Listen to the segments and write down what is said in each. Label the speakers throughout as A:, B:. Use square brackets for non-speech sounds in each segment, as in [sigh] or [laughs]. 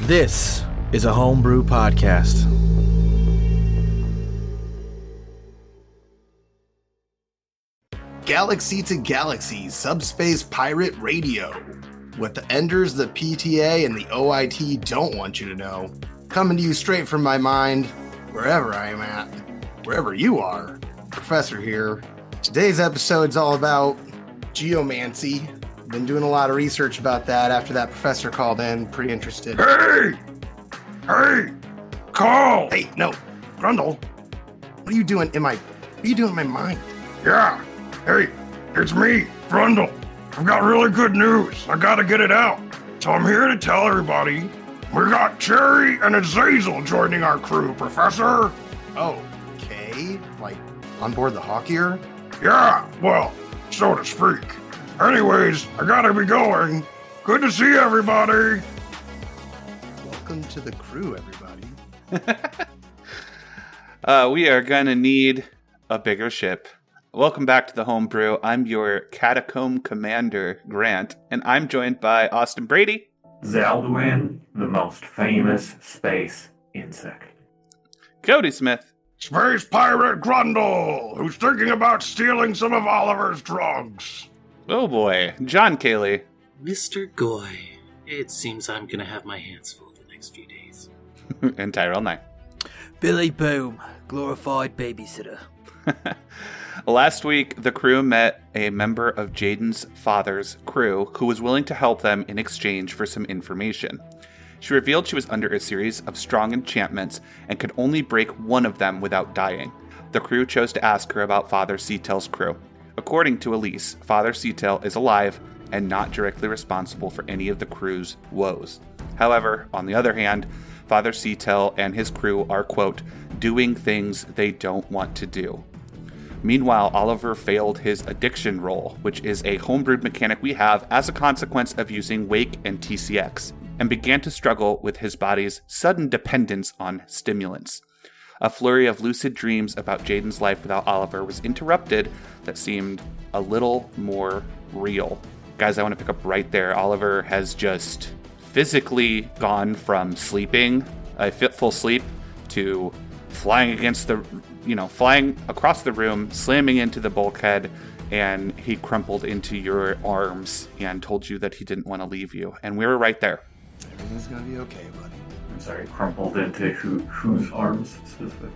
A: This is a homebrew podcast.
B: Galaxy to Galaxy Subspace Pirate Radio. What the Enders, the PTA, and the OIT don't want you to know. Coming to you straight from my mind, wherever I am at, wherever you are. Professor here. Today's episode's all about geomancy. Been doing a lot of research about that after that professor called in. Pretty interested.
C: Hey! Hey! Cole!
B: Hey, no, Grundle, what are you doing in my? What are you doing in my mind?
C: Yeah! Hey, it's me, Brundle. I've got really good news. I gotta get it out. So I'm here to tell everybody we got Cherry and Azazel joining our crew, Professor.
B: Oh, okay. Like on board the Hawkier?
C: Yeah, well, so to speak. Anyways, I gotta be going. Good to see everybody.
B: Welcome to the crew, everybody.
D: Uh, we are gonna need a bigger ship. Welcome back to the homebrew. I'm your catacomb commander, Grant, and I'm joined by Austin Brady.
E: Zaldwin, the most famous space insect.
D: Cody Smith.
C: Space Pirate Grundle, who's thinking about stealing some of Oliver's drugs.
D: Oh boy, John Cayley.
F: Mr. Goy, it seems I'm gonna have my hands full the next few days.
D: and Tyrell Knight.
G: Billy Boom, glorified babysitter.
D: Last week, the crew met a member of Jaden's father's crew who was willing to help them in exchange for some information. She revealed she was under a series of strong enchantments and could only break one of them without dying. The crew chose to ask her about Father Seatail's crew. According to Elise, Father Seatail is alive and not directly responsible for any of the crew's woes. However, on the other hand, Father Seatail and his crew are, quote, doing things they don't want to do, Meanwhile, Oliver failed his addiction role, which is a homebrewed mechanic we have as a consequence of using Wake and TCX, and began to struggle with his body's sudden dependence on stimulants. A flurry of lucid dreams about Jaden's life without Oliver was interrupted that seemed a little more real. Guys, I want to pick up right there. Oliver has just physically gone from sleeping, a fitful sleep, to flying against the, you know, flying across the room, slamming into the bulkhead, and he crumpled into your arms and told you that he didn't want to leave you. And we were right there.
B: Everything's gonna be okay, buddy.
E: I'm sorry, crumpled into who, whose arms specifically?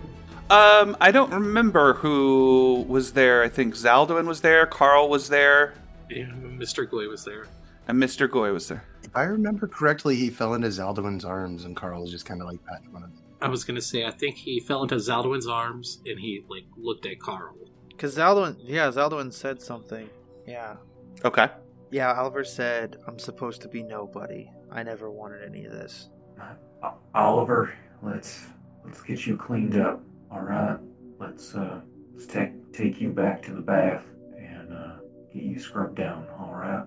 D: Um, I don't remember who was there. I think Zaldwin was there, Carl was there,
F: Yeah, Mr. Goy was there.
D: and Mr. Goy was there.
B: If I remember correctly, he fell into Zaldwin's arms, and Carl was just kind of like patting one of them.
F: I was gonna say I think he fell into Zaldwin's arms and he like looked at Carl.
G: Because Zaldwin, yeah, Zaldwin said something. Yeah.
D: Okay.
G: Yeah, Oliver said, I'm supposed to be nobody. I never wanted any of this.
E: O- Oliver, let's let's get you cleaned up. All right, let's uh, let's take take you back to the bath and uh, get you scrubbed down. All right.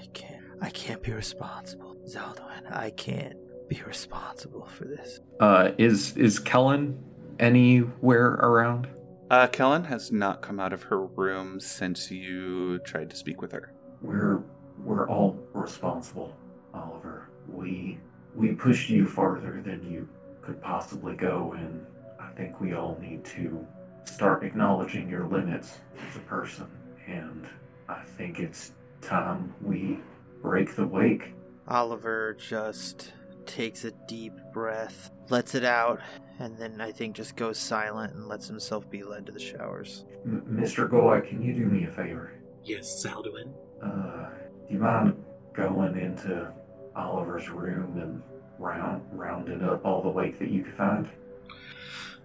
G: I can't. I can't be responsible. Zaldwin, I can't be responsible for this.
H: Uh, is is Kellen anywhere around?
D: Uh, Kellen has not come out of her room since you tried to speak with her.
E: We're we're all responsible, Oliver. We we pushed you farther than you could possibly go, and I think we all need to start acknowledging your limits as a person. And I think it's time we break the wake.
G: Oliver just takes a deep breath, lets it out, and then I think just goes silent and lets himself be led to the showers.
E: M- Mr. Goy, can you do me a favor?
F: Yes, Zaldwin.
E: Uh, do you mind going into Oliver's room and round rounding up all the wake that you can find?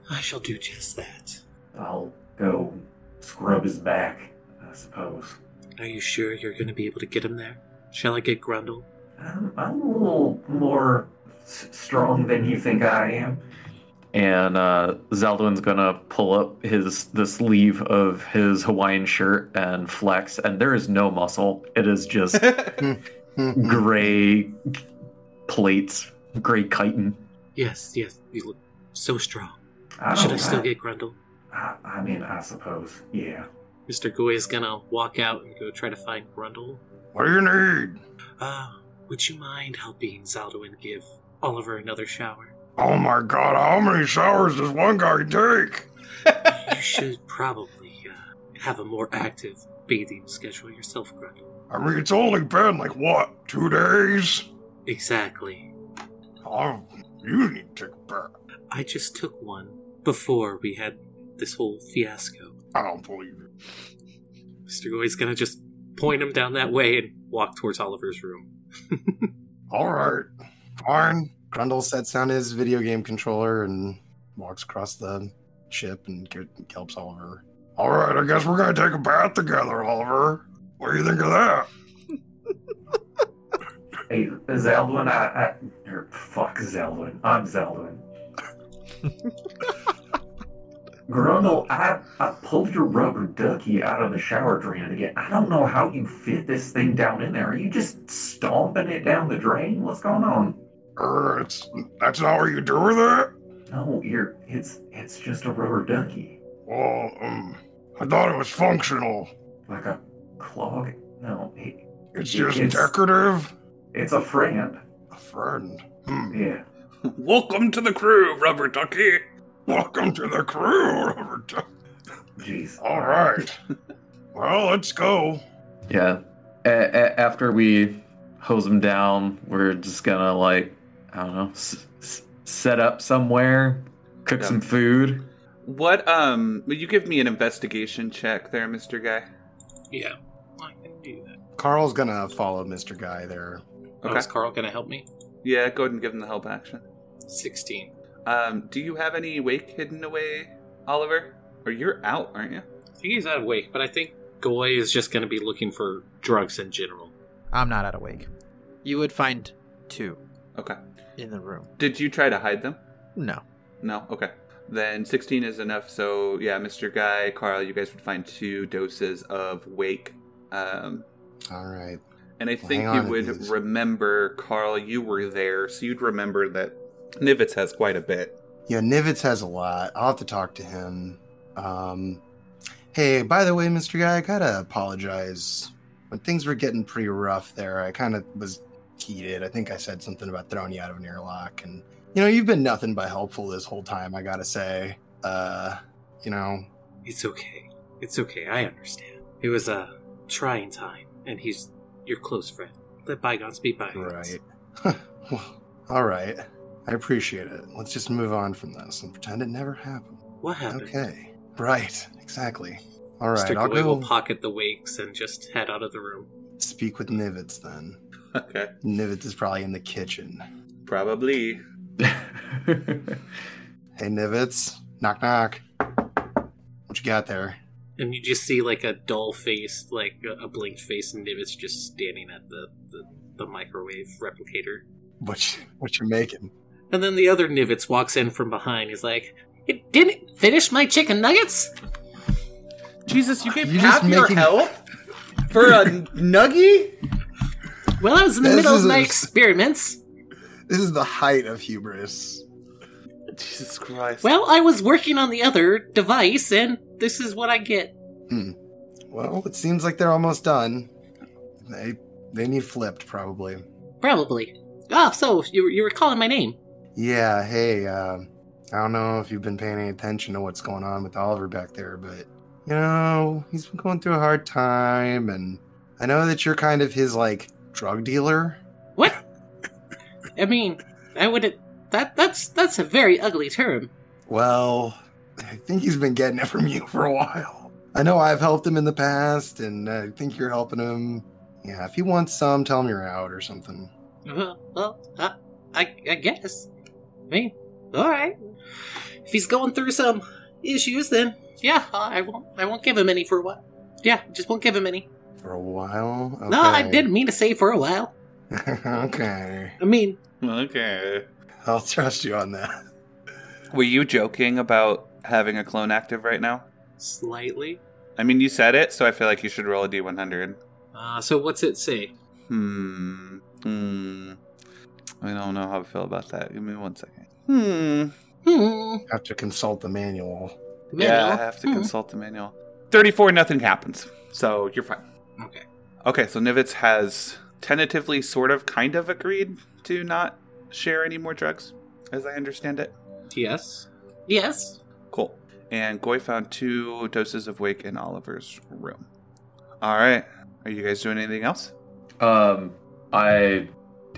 F: I shall do just that.
E: I'll go scrub his back, I suppose.
F: Are you sure you're gonna be able to get him there? Shall I get Grundle?
E: I'm, I'm a little more s- strong than you think I am.
H: And uh, Zeldwin's gonna pull up his the sleeve of his Hawaiian shirt and flex, and there is no muscle. It is
F: [laughs]
H: just
B: Mhm.
H: gray plates, gray chitin.
F: Yes, yes, you look so strong.
E: I
F: Should
E: don't-
F: I still get Grundle?
E: I, I mean, I suppose. Yeah.
F: Mr. Goy is gonna walk out and go try to find Grundle. Ah,
C: What do you need?
F: Uh, would you mind helping Zaldwin give Oliver another shower.
C: Oh my god, how many showers does one guy take?
E: [laughs]
F: You should probably uh, have a more active bathing schedule yourself, Grunt.
C: I mean, it's only been like, what, two days?
F: Exactly.
C: Oh, you need to take a bath.
F: I just took one before we had this whole fiasco.
C: I don't believe you.
F: Mr. Goy's gonna just point him down that way and walk towards Oliver's room.
C: [laughs] All right.
B: Arn Grundle sets down his video game controller and walks across the ship and ge- helps Oliver.
C: All right, I guess we're going to take a bath together, Oliver. What do you think of that?
E: Hey, Zeldwin, I, I er, fuck Zeldwin.
C: [laughs]
E: I'm Zeldwin. Grundle, I, I pulled your rubber ducky out of the shower drain again. I don't know how you fit this thing down in there. Are you just stomping it down the drain? What's going on?
C: Er, it's, that's not what you do with it?
E: No, you're it's it's just a rubber ducky.
C: Well, um, I thought it was functional.
E: Like a clog. No, it,
C: It's just
E: It's-
C: decorative.
E: it's a friend.
C: A friend. Hmm.
E: Yeah.
D: Welcome to the crew, Rubber Ducky.
C: Welcome to the crew, Robert. Duck.
E: Jeez.
C: All right. well, let's go.
H: Yeah. A- a- after we hose them down, we're just gonna like I don't know, s- s- set up somewhere, cook
D: Yeah.
H: some food. [laughs]
D: What, um, will you give me an investigation check there, Mr. Guy?
F: Yeah, I can do that.
B: Carl's gonna follow Mr. Guy there.
F: Oh,
D: Okay.
F: is Carl gonna help me?
D: Yeah, go ahead and give him the help action.
F: 16.
D: Um, do you have any wake hidden away, Oliver? Or you're out, aren't you?
F: I think he's out of wake, but I think Goy is just gonna be looking for drugs in general.
G: I'm not out of wake. You would find two
D: Okay.
G: in the room.
D: Did you try to hide them?
G: No.
D: No? Okay. Then 16 is enough. So, yeah, Mr. Guy, Carl, you guys would find two doses of wake. Um,
B: All right.
D: and I
B: Well,
D: think
B: hang
D: you
B: on to
D: would
B: these.
D: remember, Carl, you were there. So you'd remember that Nivitz has quite a bit. [laughs]
B: Yeah, Nivitz has a lot. I'll have to talk to him. Um, hey, by the way, Mr. Guy, I gotta apologize. When things were getting pretty rough there, I kind of was heated. I think I said something about throwing you out of an airlock, and you know, you've been nothing but helpful this whole time. I gotta say, uh, you know,
F: It's okay. It's okay. I understand. It was a trying time, and he's your close friend. Let bygones be bygones.
B: right? well, [laughs] all right. I appreciate it. Let's just move on from this and pretend it never happened.
F: What happened?
B: Okay. Right. Exactly. All right.
F: Mr.
B: I'll
F: Goy will
B: go
F: pocket the wakes and just head out of the room.
B: speak with Nivitz then.
D: okay.
B: Nivitz is probably in the kitchen.
D: Probably.
B: Hey, Nivitz. Knock, knock. What you got there?
F: And you just see like a dull face, like a a blinked face, and Nivitz just standing at the, the, the microwave replicator.
B: What you, what you making?
F: And then the other Nivitz walks in from behind. He's like, It didn't finish my chicken nuggets?
D: Jesus, you gave
B: You're just
D: half your
B: making-
D: help
B: [laughs]
D: for a nuggie?
F: Well, I was in the
B: This
F: middle of
B: is
F: my
B: a-
F: experiments.
B: This is the height of hubris.
D: Jesus Christ.
F: Well, I was working on the other device, and this is what I get.
B: Well, it seems like they're almost done. They they need flipped probably.
F: Probably. Ah, so you, you were calling my name.
B: Yeah. Hey, uh, I don't know if you've been paying any attention to what's going on with Oliver back there, but you know he's been going through a hard time, and I know that you're kind of his like drug dealer.
F: [laughs] I mean, I wouldn't. That that's that's a very ugly term.
B: Well, I think he's been getting it from you for a while. I know I've helped him in the past, and I think you're helping him. Yeah, if he wants some, tell him you're out or something.
F: Well, well I, Uh, I I guess. I mean, all right. If he's going through some issues, then yeah, I won't I won't give him any for a while. Yeah, just won't give him any.
B: For a while? Okay.
F: No, I didn't mean to say for a while.
B: [laughs] okay.
F: I mean,
D: okay.
B: I'll trust you on that. [laughs]
D: Were you joking about having a clone active right now?
F: slightly.
D: I mean, you said it, so I feel like you should roll a d100.
F: Uh, so what's it say?
D: Hmm. Hmm. I don't know how I feel about that. Give me one second. Hmm.
F: Hmm.
B: Have to consult the manual.
D: Yeah, I
F: manual.
D: have to
F: Hmm.
D: consult the manual. 34, nothing happens. So you're fine.
F: Okay.
D: Okay, so Nivitz has tentatively sort of kind of agreed to not share any more drugs, as I understand it?
F: Yes. Yes.
D: Cool. And Goy found two doses of Wake in Oliver's room. All right. Are you guys doing anything else?
H: Um, I,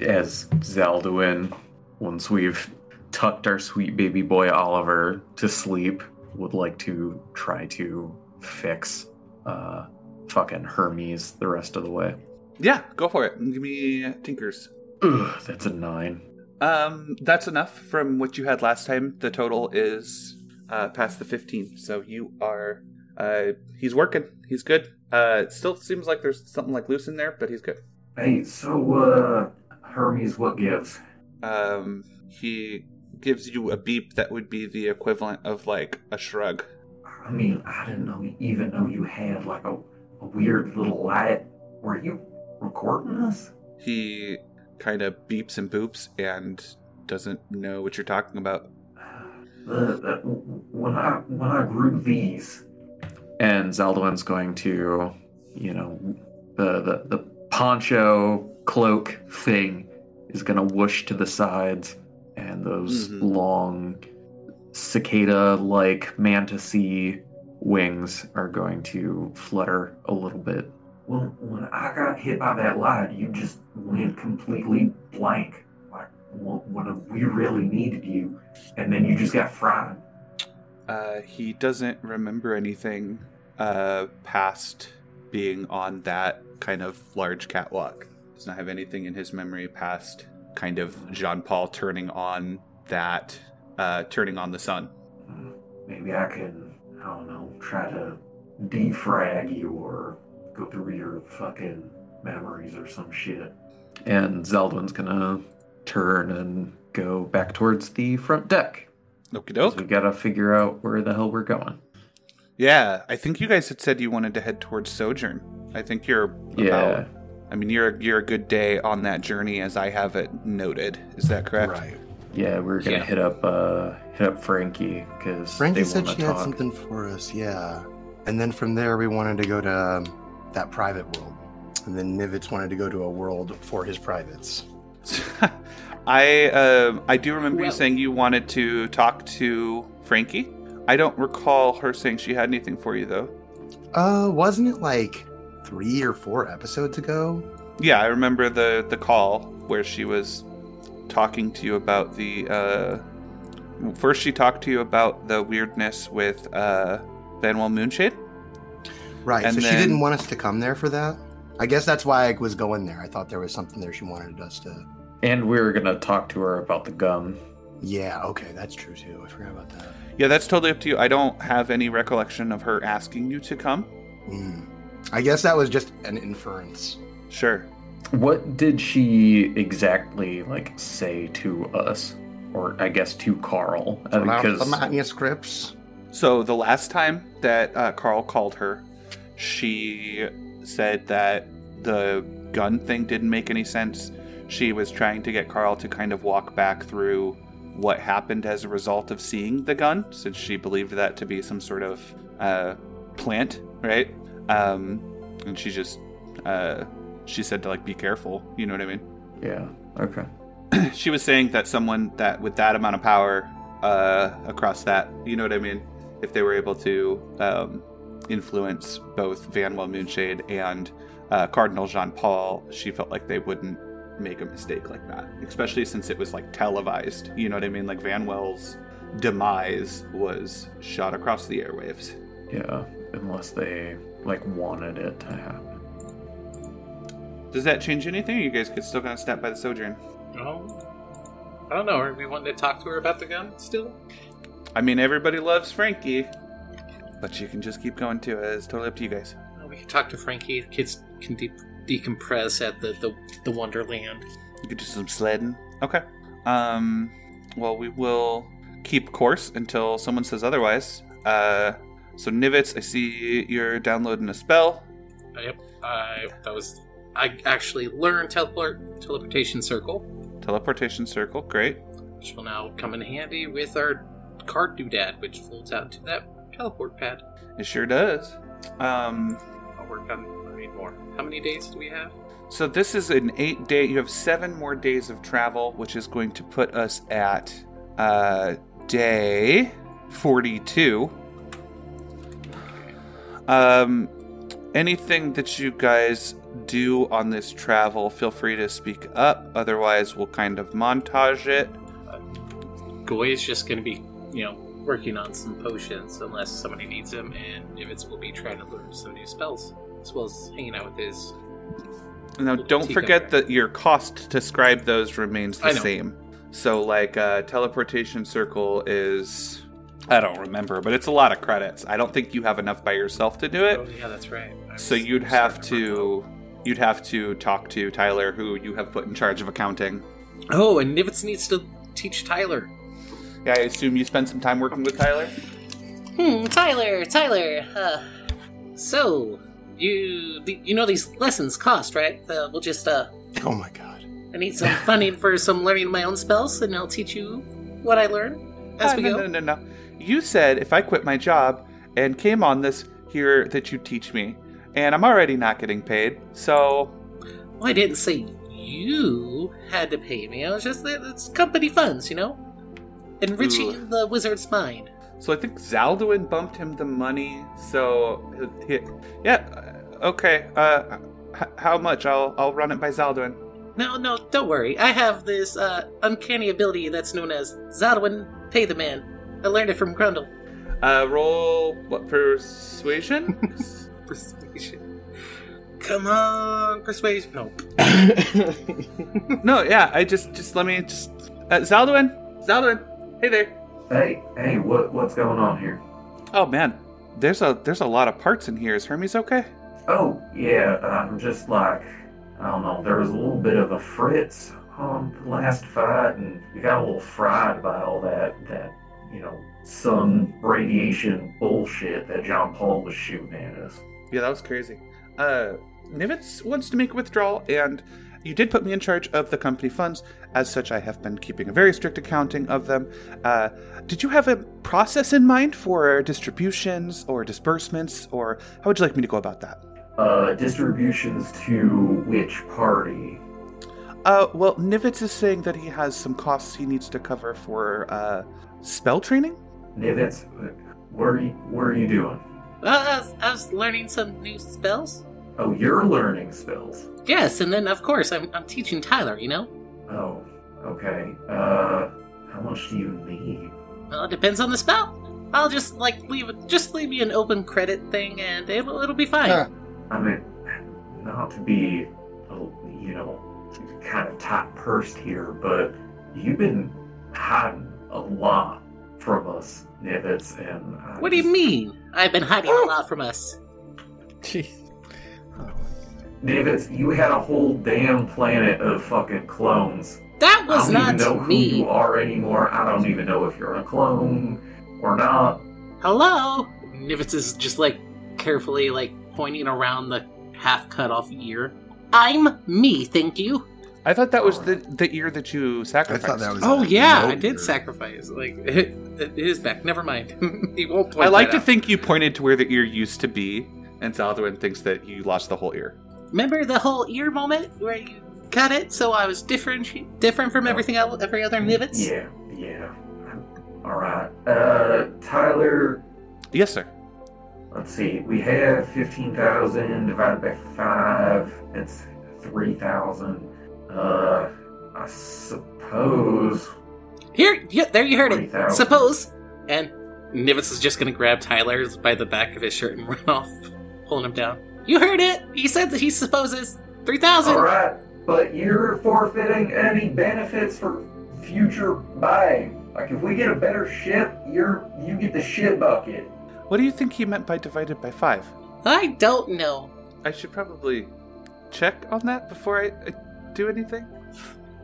H: as Zalduin, once we've tucked our sweet baby boy Oliver to sleep, would like to try to fix uh, fucking Hermes the rest of the way.
D: Yeah, go for it. Give me Tinkers.
H: Ugh, that's a nine.
D: Um, that's enough from what you had last time. The total is uh, past the 15. So you are. Uh, he's working. He's good. Uh, it still seems like there's something like loose in there, but he's good.
E: Hey, so uh, Hermes, what gives?
D: Um, he gives you a beep that would be the equivalent of like a shrug.
E: I mean, I didn't know even know you had like a, a weird little light. Were you recording this?
D: He kind of beeps and boops and doesn't know what you're talking about.
E: The, the, when I when I grew these,
H: and Zaldwin's going to, you know, the the, the poncho cloak thing is going to whoosh to the sides, and those
E: Mm-hmm.
D: Mhm.
H: long cicada-like mantisy wings are going to flutter a little bit.
E: when when I got hit by that light, you just went completely blank. Like, wh- when we really needed you, and then you just got fried.
D: Uh, he doesn't remember anything uh, past being on that kind of large catwalk. Does not have anything in his memory past kind of Jean Paul turning on that, uh, turning on the sun.
E: Hmm, Maybe I can, I don't know, try to defrag you or go through your fucking memories or some shit.
H: And Zeldwin's gonna turn and go back towards the front deck.
D: Okie
H: 'cause
D: doke.
H: We gotta figure out where the hell we're going.
D: Yeah, I think you guys had said you wanted to head towards Sojourn. I think you're
H: Yeah.
D: about. I mean, you're you're a good day on that journey, as I have it noted. Is that correct?
B: Right.
H: Yeah, we are gonna
D: Yeah.
H: hit up uh hit up Frankie because
B: Frankie
H: they
B: said
H: wanna
B: she
H: talk.
B: had something for us, yeah. And then from there, we wanted to go to um, that private world. And then Nivitz wanted to go to a world for his privates.
D: [laughs] I um, I do remember you
F: Well-
D: saying you wanted to talk to Frankie. I don't recall her saying she had anything for you though.
B: Uh, wasn't it like three or four episodes ago?
D: Yeah, I remember the the call where she was talking to you about the. Uh, first, she talked to you about the weirdness with uh, Benwell Moonshade.
B: Right.
D: And
B: so she
D: then-
B: didn't want us to come there for that. I guess that's why I was going there. I thought there was something there she wanted us to.
H: And we were gonna talk to her about the gum.
B: Yeah. Okay, that's true too. I forgot about that.
D: Yeah, that's totally up to you. I don't have any recollection of her asking you to come.
B: Mm. I guess that was just an inference.
D: Sure.
H: What did she exactly like say to us? Or I guess to Carl. Uh,
B: Some
H: Because
B: manuscripts.
D: So the last time that uh, Carl called her, she said that the gun thing didn't make any sense. She was trying to get Carl to kind of walk back through what happened as a result of seeing the gun, since she believed that to be some sort of uh, plant, right? Um, and she just uh, she said to like be careful. You know what I mean?
H: Yeah. Okay.
D: she was saying that someone that with that amount of power uh, across that, you know what I mean? If they were able to um, influence both Vanwell Moonshade and uh, Cardinal Jean Paul, she felt like they wouldn't make a mistake like that, especially since it was like televised. You know what I mean? Like Vanwell's demise was shot across the airwaves.
H: Yeah. Unless they like wanted it to happen.
D: Does that change anything? Or you guys could still kind of stop by the Sojourn.
F: Oh. I don't know. Are we wanting to talk to her about the gun still?
D: I mean, everybody loves Frankie, but you can just keep going too. It's totally up to you guys.
F: Uh, We can talk to Frankie. The kids can de- decompress at the, the, the Wonderland.
D: You could do some sledding. Okay. Um, well, we will keep course until someone says otherwise. Uh, so Nivitz, I see you're downloading a spell.
F: Yep. I that was. I actually learned teleport teleportation circle,
D: Teleportation circle, great.
F: which will now come in handy with our card doodad, which folds out to that teleport pad.
D: It sure does. Um,
F: I'll work on. I mean, anymore. How many days do we have?
D: So this is an eight day. You have seven more days of travel, which is going to put us at uh, day forty-two. Um, anything that you guys do on this travel, feel free to speak up. Otherwise, we'll kind of montage it.
F: Goy is just gonna be, you know, working on some potions unless somebody needs him, and if it's, we'll be trying to learn some new spells as well as hanging out with his.
D: Now,
F: Little
D: don't
F: teacup
D: forget
F: rack.
D: that your cost to scribe those remains the
F: I know.
D: same. So, like, uh, teleportation circle is. I don't remember, but it's a lot of credits. I don't think you have enough by yourself to do
F: Oh
D: it.
F: yeah, that's right. I
D: Eh. So
F: was
D: you'd have
F: starting
D: to you'd have to talk to Tyler, who you have put in charge of accounting.
F: remember. Oh, and Nivitz needs to teach Tyler.
D: Yeah, I assume you spend some time working with Tyler.
F: Hmm, Tyler, Tyler. Uh, so you you know these lessons cost, right? Uh, we'll just uh,
B: Oh my god.
F: I need some funding for some learning my own spells, and I'll teach you what I learn as
D: Ah,
F: we
D: no, no,
F: go.
D: no, no. You said if I quit my job and came on this here that you'd teach me, and I'm already not getting paid. So
F: Well, I didn't say you had to pay me. I was just that it's company funds, you know, enriching
D: Ooh.
F: the wizard's mind.
D: So I think Zaldwin bumped him the money. So he, he- yeah, uh, okay. Uh, h- how much? I'll I'll run it by Zaldwin.
F: No, no, don't worry. I have this uh, uncanny ability that's known as Zadwin Pay the Man. I learned it from Grundle.
D: Uh, roll what persuasion?
F: [laughs] Persuasion. Come on, persuasion. No,
D: no, yeah. I just just let me just uh, Zaldwin. Zaldwin, hey there.
E: Hey, hey, what what's going on here?
D: Oh man, there's a there's a lot of parts in here. Is Hermes okay?
E: Oh yeah, I'm just like I don't know. There was a little bit of a fritz on the last fight, and we got a little fried by all that that you know sun radiation bullshit that John Paul was shooting at us.
D: Yeah, that was crazy. Uh, Nivitz wants to make a withdrawal, and you did put me in charge of the company funds. As such, I have been keeping a very strict accounting of them. Uh, did you have a process in mind for distributions or disbursements, or how would you like me to go about that?
E: Uh, distributions to which party?
D: Uh, well, Nivitz is saying that he has some costs he needs to cover for uh, spell training.
E: Nivitz, what are you what are you doing?
F: Well, I was, I was learning some new spells.
E: Oh, you're learning spells.
F: Yes, and then of course I'm, I'm teaching Tyler. You know,
E: Oh, okay. Uh, how much do you need?
F: well, it depends on the spell. I'll just like leave it, just leave me an open credit thing, and it'll it'll be fine.
B: Huh.
E: I mean, not to be, oh, you know, kind of tight pursed here, but you've been hiding a lot from us, Nivets, and I
F: What do you
E: just-
F: mean? I've been hiding a lot from us.
E: Nivets? You had a whole damn planet of fucking clones.
F: That
E: I
F: was
E: don't
F: not
E: even know
F: to
E: who
F: me.
E: you are anymore. I don't even know if you're a clone or not.
F: Hello? Nivitz is just like carefully like pointing around the half cut off ear. I'm me, thank you.
D: I thought that was the the year that you sacrificed.
B: that was-
F: Oh yeah, I
B: Nope.
F: did sacrifice. Like [laughs] it, it is back. Never mind. [laughs] he won't point.
D: Oh, I like
F: that
D: to
F: out.
D: think you pointed to where the ear used to be, and Zaldwin thinks that you lost the whole ear.
F: Remember the whole ear moment where you cut it, so I was different, different from everything else, every other Nivitz.
E: Yeah, yeah. All right. Uh, Tyler,
D: Yes, sir.
E: Let's see, we have 15,000 divided by 5, it's 3,000. Uh, I suppose.
F: Here, yeah, there you heard it.
E: 40,000.
F: Suppose. And Nivitz is just gonna grab Tyler by the back of his shirt and [laughs] run off, pulling him down. You heard it. He said that he supposes three thousand.
E: Alright, but you're forfeiting any benefits for future buying. Like, if we get a better ship, you're you get the shit bucket.
D: What do you think he meant by divided by five?
F: I don't know.
D: I should probably check on that before I, I do anything.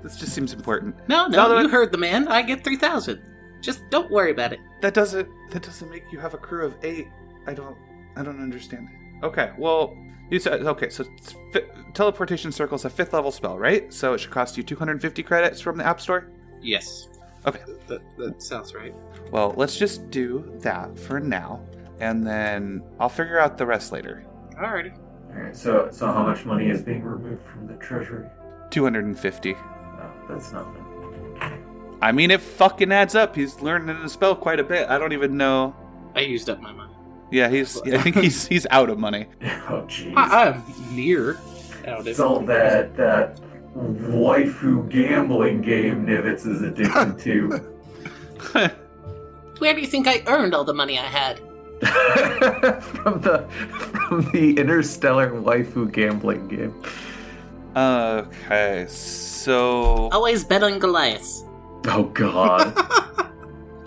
D: This just seems important.
F: No,
D: No,
F: no,
D: no,
F: you
D: it-
F: heard the man. I get three thousand. Just don't worry about it.
D: That doesn't that doesn't make you have a crew of eight. I don't I don't understand. Okay, well you said okay. So it's fi- teleportation circle is a fifth level spell, right? So it should cost you 250 credits from the app store.
F: Yes.
D: Okay.
F: That, that sounds right.
D: Well, let's just do that for now, and then I'll figure out the rest later.
F: Alrighty.
E: All right. So, so how much money is being removed from the treasury?
D: 250.
E: No, that's nothing.
D: I mean, it fucking adds up. He's learning the spell quite a bit. I don't even know.
F: I used up my money.
D: Yeah, he's. I think he's he's out of money.
E: Oh, jeez.
F: I, I'm near out
E: It's
F: of
E: all that that waifu gambling game Nivitz is addicted to.
F: Where do you think I earned all the money I had?
H: from the from the interstellar waifu gambling game.
D: okay, so
F: Always bet on Goliath.
H: Oh god.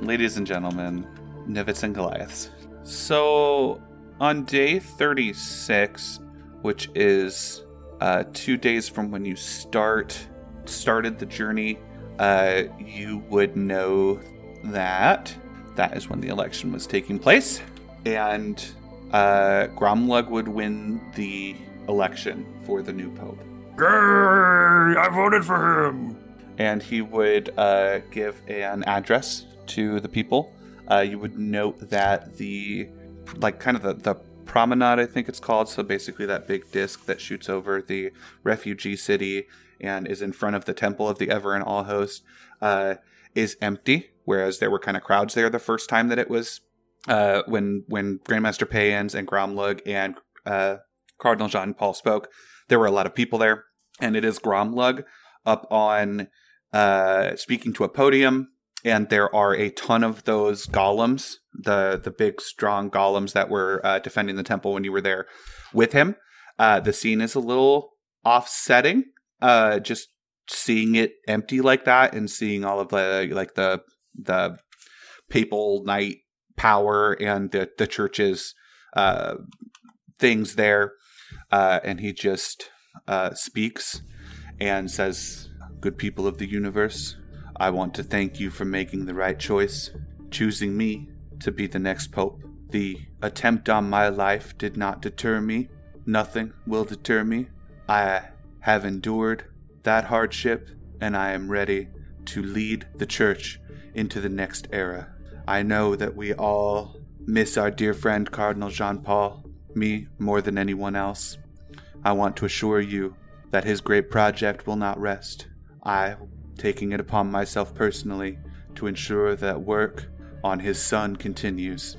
D: ladies and gentlemen, Nivets and Goliaths. So, on day 36, which is uh, two days from when you start started the journey, uh, you would know that that is when the election was taking place, and uh, Gromlug would win the election for the new pope.
C: Yay! I voted for him.
D: and he would uh, give an address to the people. Uh, you would note that the, like, kind of the, the promenade, I think it's called. So basically, that big disc that shoots over the refugee city and is in front of the temple of the Ever and All Host uh, is empty, whereas there were kind of crowds there the first time that it was uh, when when Grandmaster Payans and Gromlug and uh, Cardinal Jean Paul spoke. There were a lot of people there, and it is Gromlug up on uh, speaking to a podium, and there are a ton of those golems, the the big strong golems that were uh, defending the temple when you were there with him. Uh, the scene is a little offsetting, uh, just seeing it empty like that, and seeing all of the like the the papal knight power and the the church's uh, things there, uh, and he just uh, speaks and says Good people of the universe, I want to thank you for making the right choice, choosing me to be the next pope. The attempt on my life did not deter me. Nothing will deter me. I have endured that hardship, and I am ready to lead the church into the next era. I know that we all miss our dear friend Cardinal Jean Paul, me more than anyone else. I want to assure you that his great project will not rest. I taking it upon myself personally to ensure that work on his son continues.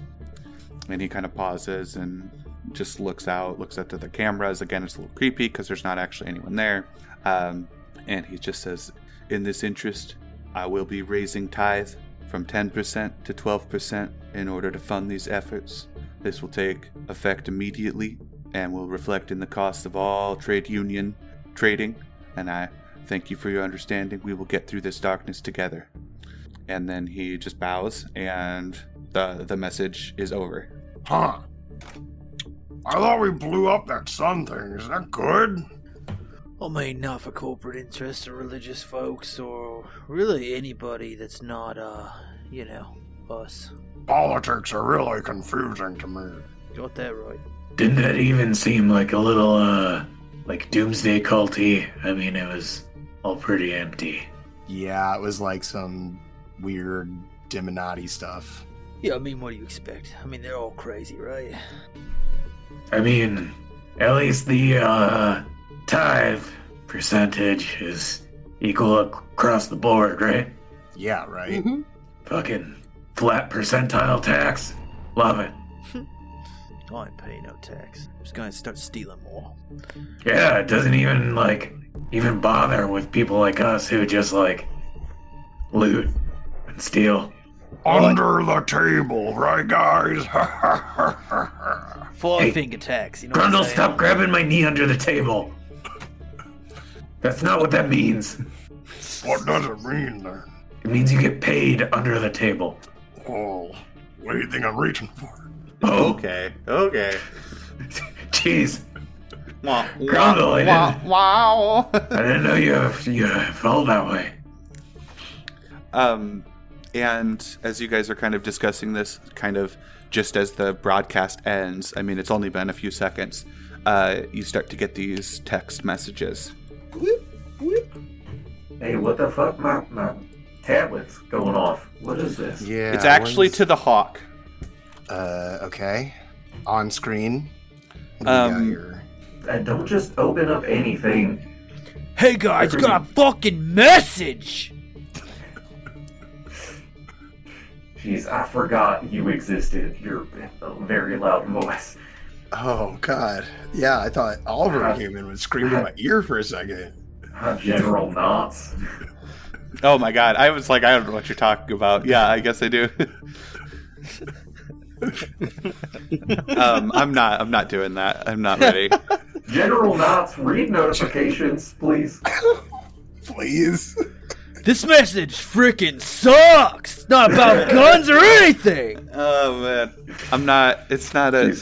D: And he kind of pauses and just looks out, looks up to the cameras. Again, it's a little creepy because there's not actually anyone there. Um, and he just says, In this interest, I will be raising tithe from 10% to 12% in order to fund these efforts. This will take effect immediately and will reflect in the cost of all trade union trading. And I Thank you for your understanding. We will get through this darkness together. And then he just bows, and the the message is over.
C: Huh. I thought we blew up that sun thing. Is that good?
G: Well, made not for corporate interests or religious folks or really anybody that's not, uh, you know, us.
C: Politics are really confusing to me.
G: Got that right.
E: Didn't that even seem like a little uh like doomsday culty? I mean, it was all pretty empty.
B: Yeah, it was like some weird Diminati stuff.
G: Yeah, I mean, what do you expect? I mean, they're all crazy, right?
E: I mean, at least the uh tithe percentage is equal ac- across the board, right?
B: Yeah, right.
F: Mm-hmm.
E: Fucking flat percentile tax. Love it.
G: I ain't paying no tax. I'm just gonna start stealing more.
E: Yeah, it doesn't even like even bother with people like us who just like loot and steal.
C: Under the table, right, guys? [laughs]
G: Four
E: Hey,
G: finger tax, you know
E: Grundle,
G: what I'm saying?
E: stop grabbing my knee under the table. That's not what that means.
C: what does it mean then?
E: It means you get paid under the table.
C: Oh, what do you think I'm reaching for?
E: Oh,
D: Okay, okay.
E: [laughs] jeez.
D: Wow,
E: Grundle, I didn't,
D: wow.
E: I didn't know you you felt that way.
D: um, and as you guys are kind of discussing this, kind of just as the broadcast ends, I mean, it's only been a few seconds. Uh, you start to get these text messages.
E: Hey, what the fuck? My, my tablet's going off. What is this?
B: Yeah.
D: [laughs] it's actually
B: when's-
D: to the hawk.
B: Uh, okay. On screen. What do we
D: Um,
B: got here?
E: uh, don't just open up anything.
G: Hey guys, got a fucking message!
E: Jeez, I forgot you existed. Your very loud voice. [laughs]
B: Oh God. Yeah, I thought
D: uh,
B: Oliver Human would scream in my ear for a second.
E: Hi, General Knots.
D: Oh my god. I was like, I don't know what you're talking about. Yeah, I guess I [laughs] do. um, I'm not. I'm not doing that. I'm not ready.
E: General Knots, read notifications, please.
B: Please.
G: This message freaking sucks! It's not about guns or anything!
D: [laughs] oh man, I'm not. It's not a.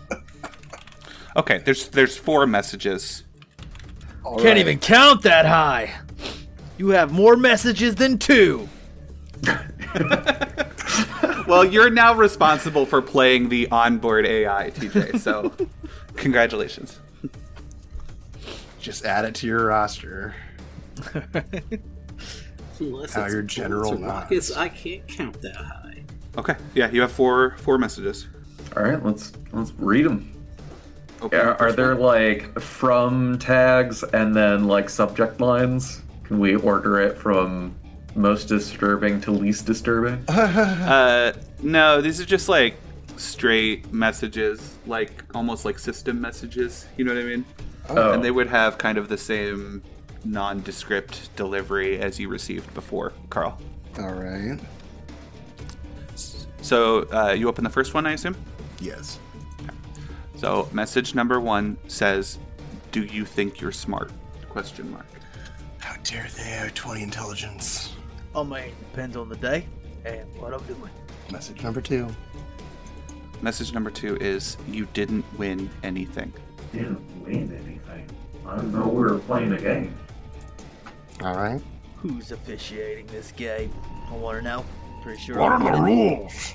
D: [laughs] okay, there's there's four messages.
B: All
G: Can't
B: right.
G: even count that high! You have more messages than two!
D: Well, you're now responsible for playing the onboard AI, TJ. [laughs] So, congratulations.
B: [laughs] just add it to your roster.
F: Unless
B: Now
F: it's
B: you're General
F: bullets or
B: Knots.
F: rockets, I can't count that high.
D: Okay, yeah, you have four four messages.
H: All right, let's let's read them.
D: Okay.
H: Are, are there like from tags and then like subject lines? Can we order it from most disturbing to least disturbing?
D: Uh, no, these are just like straight messages, like almost like system messages. You know what I mean?
H: Oh.
D: And they would have kind of the same nondescript delivery as you received before, Carl.
B: All right.
D: So uh, you open the first one, I assume.
B: Yes.
D: So message number one says, "Do you think you're smart?" Question mark.
B: How dare they have 20 intelligence?
G: Oh man, depends on the day and what I'm doing.
B: Message number two.
D: Message number two is, "You didn't win anything."
E: Didn't win anything. I don't know we were playing a game.
B: All right.
G: Who's officiating this game? I wanna know. Pretty sure
C: What
G: I'm
C: are the
G: winning.
C: rules?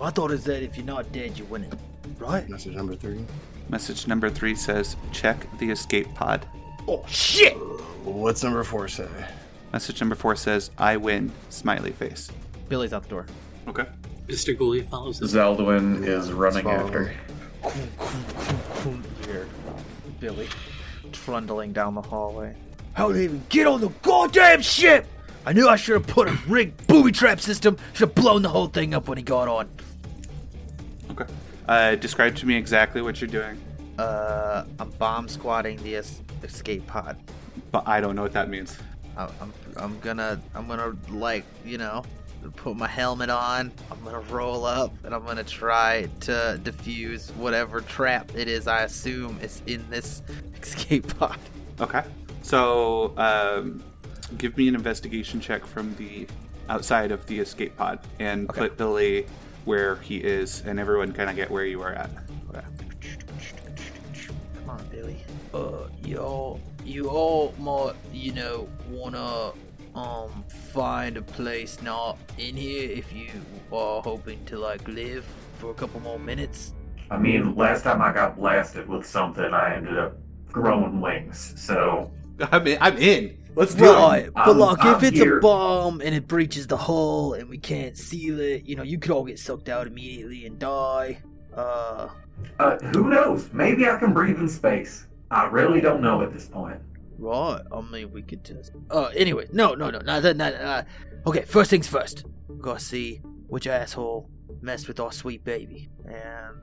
G: I thought it said if you're not dead, you're winning. Right?
B: Message number three.
D: Message number three says, "Check the escape pod."
G: Oh shit!
B: What's number four say?
D: Message number four says, "I win." Smiley face.
G: Billy's out the door.
D: Okay.
F: Mr. Ghoulie follows us.
H: Zeldwin is running
B: follow
H: after.
B: him.
G: Here, Billy, trundling down the hallway. How did I even get on the goddamn ship? I knew I should have put a rigged booby trap system. Should have blown the whole thing up when he got on.
D: Okay. Uh, describe to me exactly what you're doing,
G: Uh, I'm bomb squatting the es- escape pod.
D: but I don't know what that means.
G: I- I'm, I'm gonna, I'm gonna like, you know, put my helmet on. I'm gonna roll up, and I'm gonna try to defuse whatever trap it is. I assume is in this [laughs] escape pod.
D: Okay. So, um, give me an investigation check from the outside of the escape pod and
G: Okay.
D: put Billy where he is, and everyone kind of get where you are at.
G: Come on, Billy. Uh, you all, you all might, you know, wanna um find a place not in here if you are hoping to like live for a couple more minutes.
E: I mean, last time I got blasted with something, I ended up growing wings. So
D: [laughs] I'm in. I'm in. Let's do
G: Right,
D: it.
G: but
E: I'm-
G: like, if
E: I'm
G: it's
E: here.
G: a bomb and it breaches the hull and we can't seal it, you know, you could all get sucked out immediately and die. Uh,
E: Uh, who knows? Maybe I can breathe in space. I really don't know at this point.
G: Right. I mean, we could just. Uh. Anyway, no, no, no, not that. Not, uh, okay. First things first. We gotta see which asshole messed with our sweet baby. And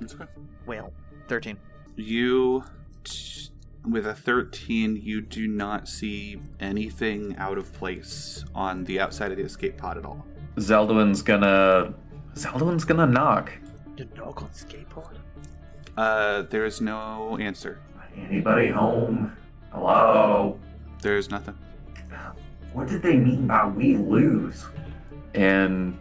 D: It's okay.
G: well, thirteen.
D: You, t- with a 13, you do not see anything out of place on the outside of the escape pod at all.
H: Zeldwin's gonna Zeldwin's gonna knock.
G: The dog on skateboard.
D: Uh, there is no answer.
E: Anybody home? Hello?
D: There is nothing.
E: What did they mean by we lose?
H: And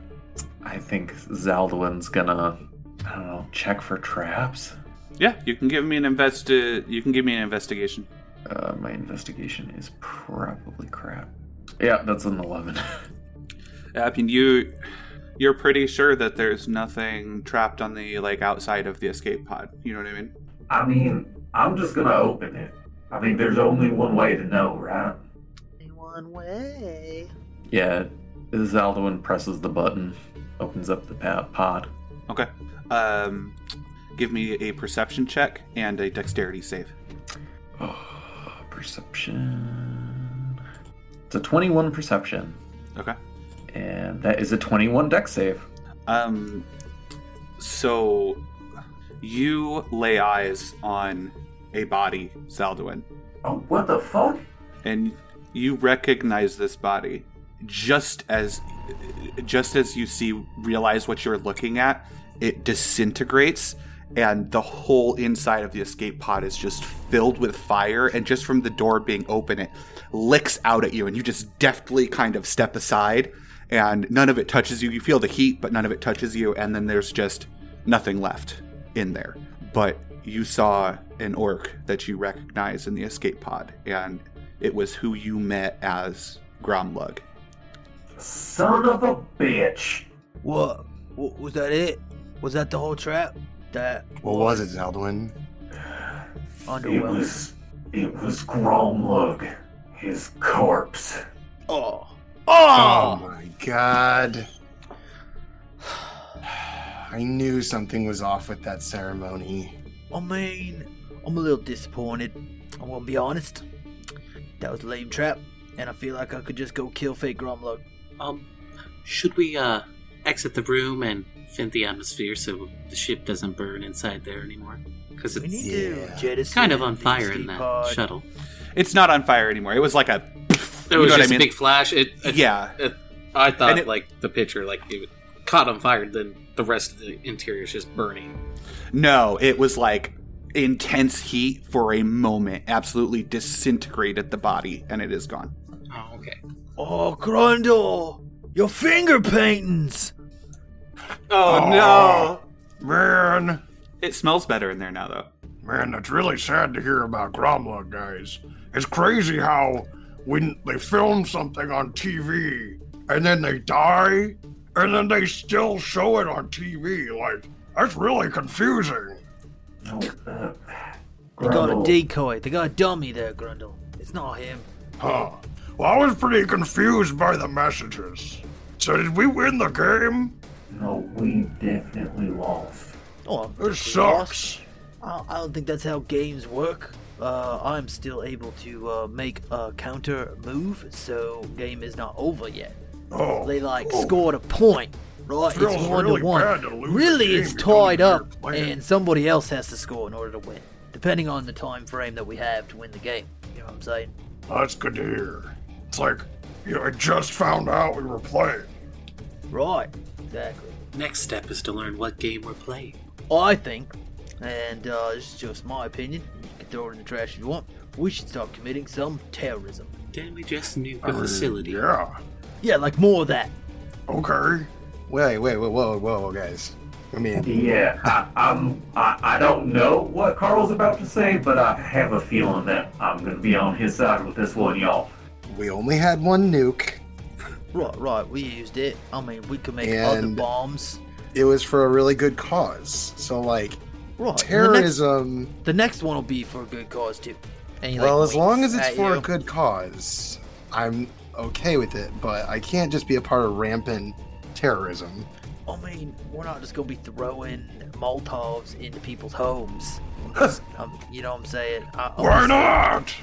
H: I think Zeldwin's gonna I don't know, check for traps.
D: Yeah, you can give me an investi- You can give me an investigation.
H: Uh, my investigation is probably crap. Yeah, that's an eleven. [laughs]
D: I mean, you you're pretty sure that there's nothing trapped on the like outside of the escape pod. You know what I mean?
E: I mean, I'm just gonna open it. I mean, there's only one way to know, right?
G: One way.
H: yeah, Zeldwin presses the button, opens up the pa- pod.
D: Okay. Um, Give me a perception check and a dexterity save.
H: Oh, perception. It's a 21 perception,
D: Okay.
H: and that is a 21 deck save.
D: Um, so you lay eyes on a body, Zalduin,
E: Oh, what the fuck?
D: and you recognize this body just as just as you see realize what you're looking at it disintegrates and the whole inside of the escape pod is just filled with fire and just from the door being open it licks out at you and you just deftly kind of step aside and none of it touches you you feel the heat but none of it touches you and then there's just nothing left in there but you saw an orc that you recognize in the escape pod and it was who you met as Gromlug.
E: Son of a bitch.
G: What? what? Was that it? Was that the whole trap? That
B: What was it, Zeldwin?
E: It
G: underwhelming.
E: was. It was Gromlug. His corpse.
G: Oh.
B: Oh.
G: Oh!
B: my god. [sighs] I knew something was off with that ceremony.
G: I mean, I'm a little disappointed. I won't be honest. That was a lame trap, and I feel like I could just go kill fake Gromlug.
F: Um, should we uh exit the room and vent the atmosphere so the ship doesn't burn inside there anymore? Because
G: We need
F: it's
G: to
B: Yeah.
G: jettison
F: kind of on
G: the
F: fire in
G: escape
F: that
G: pod.
F: shuttle.
D: It's not on fire anymore. It was like a.
F: It
D: you
F: was
D: know what
F: just
D: I mean?
F: a big flash. It, it-
D: yeah.
F: I
D: And
F: thought
D: it-
F: like the picture, like it caught on fire, then the rest of the interior is just burning.
D: No, it was like intense heat for a moment, absolutely disintegrated the body, and it is gone.
F: Oh, okay.
G: Oh, Grundle! Your finger paintings!
D: Oh,
C: no. Man,
D: It smells better in there now, though.
C: man, that's really sad to hear about Gromlug, guys. It's crazy how when they film something on TV and then they die and then they still show it on TV. Like, that's really confusing.
E: No, uh,
G: They got a
E: Grumble.
G: decoy. They got a dummy there, Grundle. It's not him.
C: Huh. Well, I was pretty confused by the messages. So, did we win the game?
E: No, we definitely lost.
G: Oh,
C: It sucks.
G: I I don't think that's how games work. Uh, I'm still able to uh, make a counter move, so game is not over yet.
C: Oh.
G: They like
C: oh.
G: scored a point, right?
C: Feels
G: it's one
C: really
G: to one.
C: bad to lose a
G: really,
C: game
G: it's
C: you don't
G: tied
C: care
G: up,
C: playing.
G: and somebody else has to score in order to win, depending on the time frame that we have to win the game. You know what I'm saying?
C: That's good to hear. It's like, you know, I just found out we were playing.
G: Right, exactly.
F: Next step is to learn what game we're playing.
G: I think, and uh, this is just my opinion. You can throw it in the trash if you want. We should start committing some terrorism.
F: Then we just nuke
D: Oh,
F: the facility.
C: Yeah.
G: Yeah, like more of that.
C: Okay.
B: Wait, wait, whoa, whoa, whoa, guys. I mean,
E: Yeah, I, I'm. I, I don't know what Carl's about to say, but I have a feeling that I'm gonna be on his side with this one, y'all.
B: we only had one nuke.
G: Right, right. We used it. I mean, we could make other
B: And-
G: bombs.
B: It was for a really good cause. So, like,
G: Right. and
B: terrorism.
G: The next, the next one will be for a good cause too. And he, like,
B: Well, as long
G: winks
B: as it's
G: at
B: for
G: you.
B: a good cause, I'm okay with it, but I can't just be a part of rampant terrorism.
G: I mean, we're not just gonna be throwing Molotovs into people's [laughs] homes. I'm just, I'm, you know what I'm saying? I, I'm
C: Why
G: just-
C: not?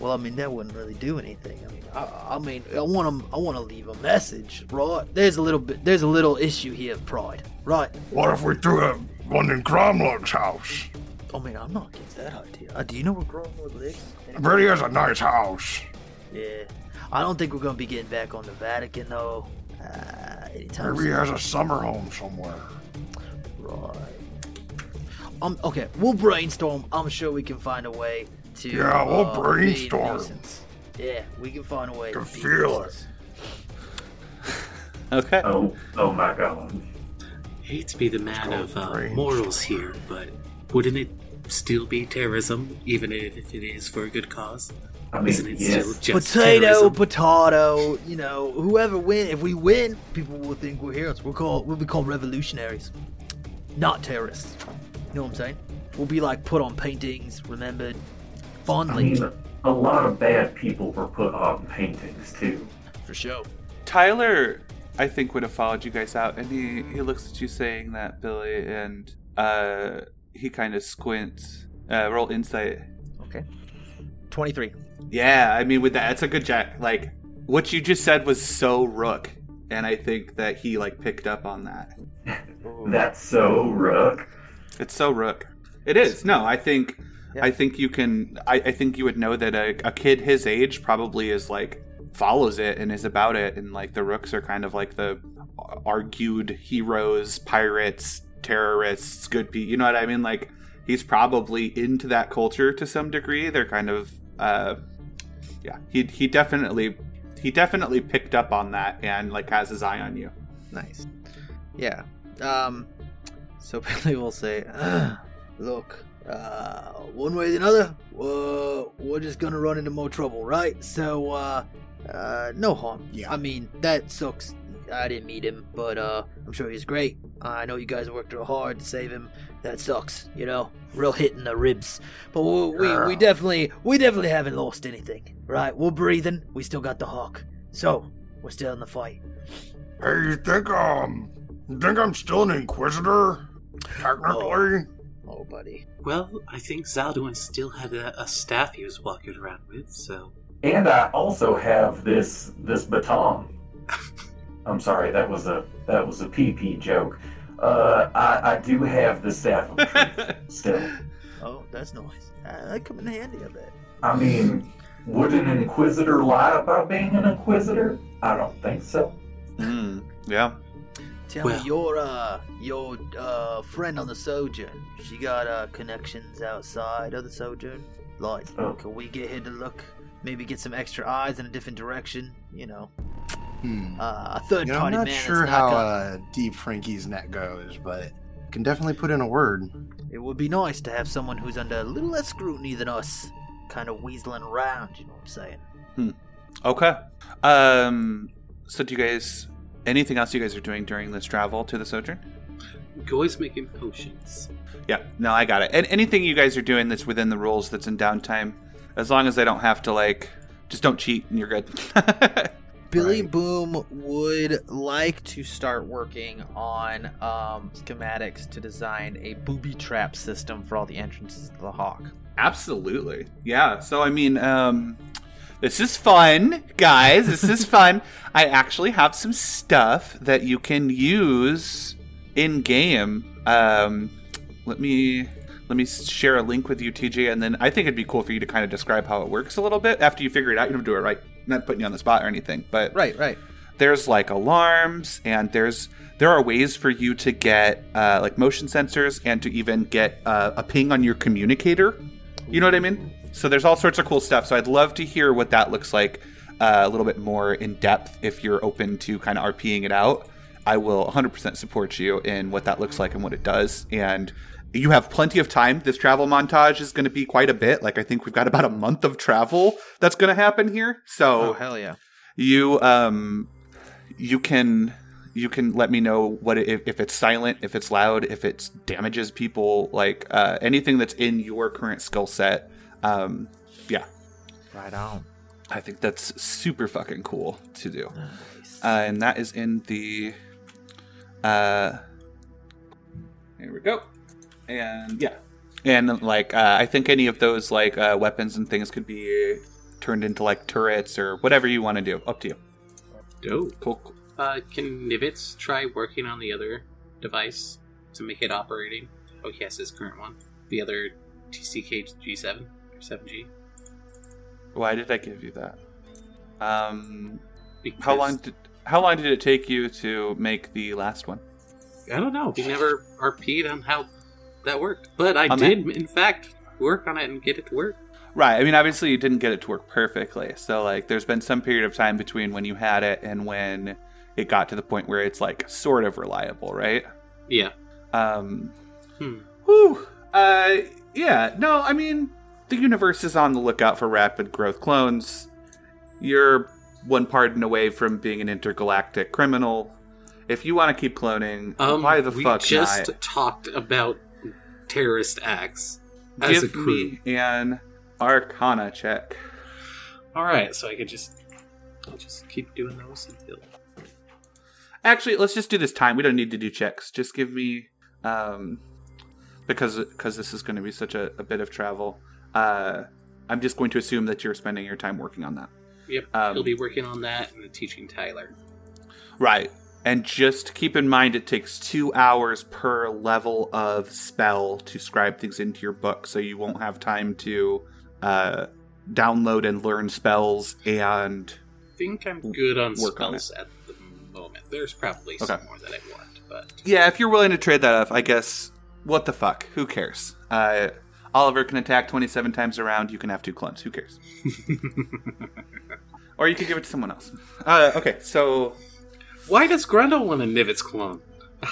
G: Well, I mean, that wouldn't really do anything. I mean, I, I mean, I want 'em- I want to leave a message, right? There's a little bit. There's a little issue here of pride, right?
C: What if we threw a, one in Cromlug's house?
G: I mean, I'm not against that idea. Uh, do you know where Gromlord lives?
C: I bet he has a nice house.
G: Yeah. I don't think we're going to be getting back on the Vatican, though. Uh, anytime
C: Maybe he has a summer home somewhere.
G: soon. Right. Um, okay, we'll brainstorm. I'm sure we can find a way to.
C: Yeah, we'll
G: uh, be a
C: brainstorm.
G: nuisance. Yeah, we can find a way.
C: Can
G: to be a
C: feel it.
G: nuisance.
D: Okay.
E: Oh, oh my God.
F: Hate to be the man
C: go
F: of uh,
C: brains.
F: morals here, but wouldn't it still be terrorism, even if if it is for a good cause?
E: I mean,
F: Isn't it still
E: yes.
F: just
G: potato,
F: terrorism?
G: potato. You know, whoever win, if we win, people will think we're heroes. We're called, we'll be called revolutionaries, not terrorists. You know what I'm saying? We'll be like put on paintings, remembered
E: I
G: fondly
E: mean, a lot of bad people were put on paintings too.
G: for show.
D: Tyler, I think, would have followed you guys out, and he, he looks at you saying that, Billy, and Uh, he kind of squints. Uh, roll insight.
G: Okay. 23.
D: Yeah, I mean, with that, it's a good jack. Like what you just said was so rook, and I think that he like picked up on that.
E: That's so rook.
D: It's so rook. It is. No, I think
G: Yeah.
D: I think you can I, I think you would know that a, a kid his age probably is like follows it and is about it and like the rooks are kind of like the argued heroes, pirates, terrorists, good people. You know what I mean? Like he's probably into that culture to some degree. They're kind of uh yeah, he he definitely he definitely picked up on that and like has his eye on you. [laughs]
G: Nice. Yeah. Um. So [laughs] Billy will say, [sighs] "Ugh, "Look, uh, one way or another, uh, we're just gonna run into more trouble, right? So, uh, uh, no harm.
B: Yeah.
G: I mean, that sucks. I didn't meet him, but uh, I'm sure he's great. I know you guys worked real hard to save him. That sucks, you know, real hit in the ribs. But we, we, we definitely, we definitely haven't lost anything, right? We're breathing. We still got the hawk, so we're still in the fight."
C: Hey, you think um, you think I'm still an inquisitor? Technically,
G: Oh, buddy.
F: Well, I think Zaldwin still had a, a staff he was walking around with, so.
E: And I also have this this baton. [laughs] I'm sorry, that was a that was a PP joke. Uh, I, I do have the staff of truth [laughs] still.
G: Oh, that's nice. Uh, that come in handy, I bet.
E: I mean, would an inquisitor lie about being an inquisitor? I don't think so.
D: Mm, yeah.
G: Tell
F: Well-
G: me, your uh, your uh, friend on the Sojourn, she got uh, connections outside of the Sojourn. Like,
E: Oh.
G: can we get here to look? Maybe get some extra eyes in a different direction. You know,
B: Hmm.
G: uh, a third
B: You know, I'm
G: party
B: not
G: man.
B: sure
G: that's not
B: how
G: gonna-
B: uh, deep Frankie's net goes, but can definitely put in a word.
G: It would be nice to have someone who's under a little less scrutiny than us, kind of weaseling around. You know what I'm saying?
D: Okay. Um. So, do you guys anything else you guys are doing during this travel to the sojourn?
F: Goy's making potions.
D: Yeah. No, I got it. And anything you guys are doing that's within the rules that's in downtime, as long as they don't have to like, just don't cheat and you're good. [laughs]
G: Billy
B: Right.
G: Boom would like to start working on um, schematics to design a booby trap system for all the entrances to the Hawk.
D: Absolutely. Yeah. So I mean, um this is fun, guys. This is fun. I actually have some stuff that you can use in game. Um let me let me share a link with you, TJ, and then I think it'd be cool for you to kind of describe how it works a little bit after you figure it out. You don't have to do it right. Not putting you on the spot or anything, but
G: Right, right.
D: there's like alarms and there's there are ways for you to get uh, like motion sensors and to even get uh, a ping on your communicator you know what i mean so there's all sorts of cool stuff so i'd love to hear what that looks like uh, a little bit more in depth if you're open to kind of rping it out i will 100% support you in what that looks like and what it does and you have plenty of time this travel montage is going to be quite a bit like i think we've got about a month of travel that's going to happen here so
G: Oh, hell yeah.
D: you um you can you can let me know what it, if, if it's silent if it's loud if it damages people like uh anything that's in your current skill set um yeah
G: Right on.
D: i think that's super fucking cool to do uh, and that is in the uh here we go and yeah and like uh, i think any of those like uh, weapons and things could be turned into like turrets or whatever you want to do up to you
F: Dope.
D: cool cool.
F: Uh, can Nivitz try working on the other device to make it operating? Oh, he has his current one. The other TCK G7 or 7G.
D: Why did I give you that? Um,
F: Because,
D: how long did how long did it take you to make the last one?
F: I don't know. We never RP'd on how that worked. But I
D: I'm
F: did, in fact, work on it and get it to work.
D: Right. I mean, obviously you didn't get it to work perfectly. So like, there's been some period of time between when you had it and when it got to the point where it's like sort of reliable, right?
F: Yeah.
D: Um,
F: Hmm.
D: whew. Uh, yeah. No, I mean, the universe is on the lookout for rapid growth clones. You're one pardon away from being an intergalactic criminal. If you want to keep cloning,
F: Um,
D: why the
F: we
D: fuck
F: just
D: not?
F: talked about terrorist acts as a
D: Give
F: crew.
D: me an Arcana check.
F: All right, so I could just I'll just keep doing those until
D: Actually, let's just do this time. We don't need to do checks. Just give me. Um, because because this is going to be such a, a bit of travel. Uh, I'm just going to assume that you're spending your time working on that.
F: Yep.
D: Um,
F: He'll be working on that and teaching Tyler.
D: Right. And just keep in mind it takes two hours per level of spell to scribe things into your book, so you won't have time to uh, download and learn spells. And
F: I think I'm good on
D: Work on
F: spells at the moment. There's probably some
D: Okay.
F: more that I want, but
D: yeah, if you're willing to trade that off, I guess what the fuck? Who cares? Uh, Oliver can attack 27 times around. You can have two clones. Who cares? or you could give it to someone else. Uh, okay, so
F: why does Grundle want a Nivet's clone?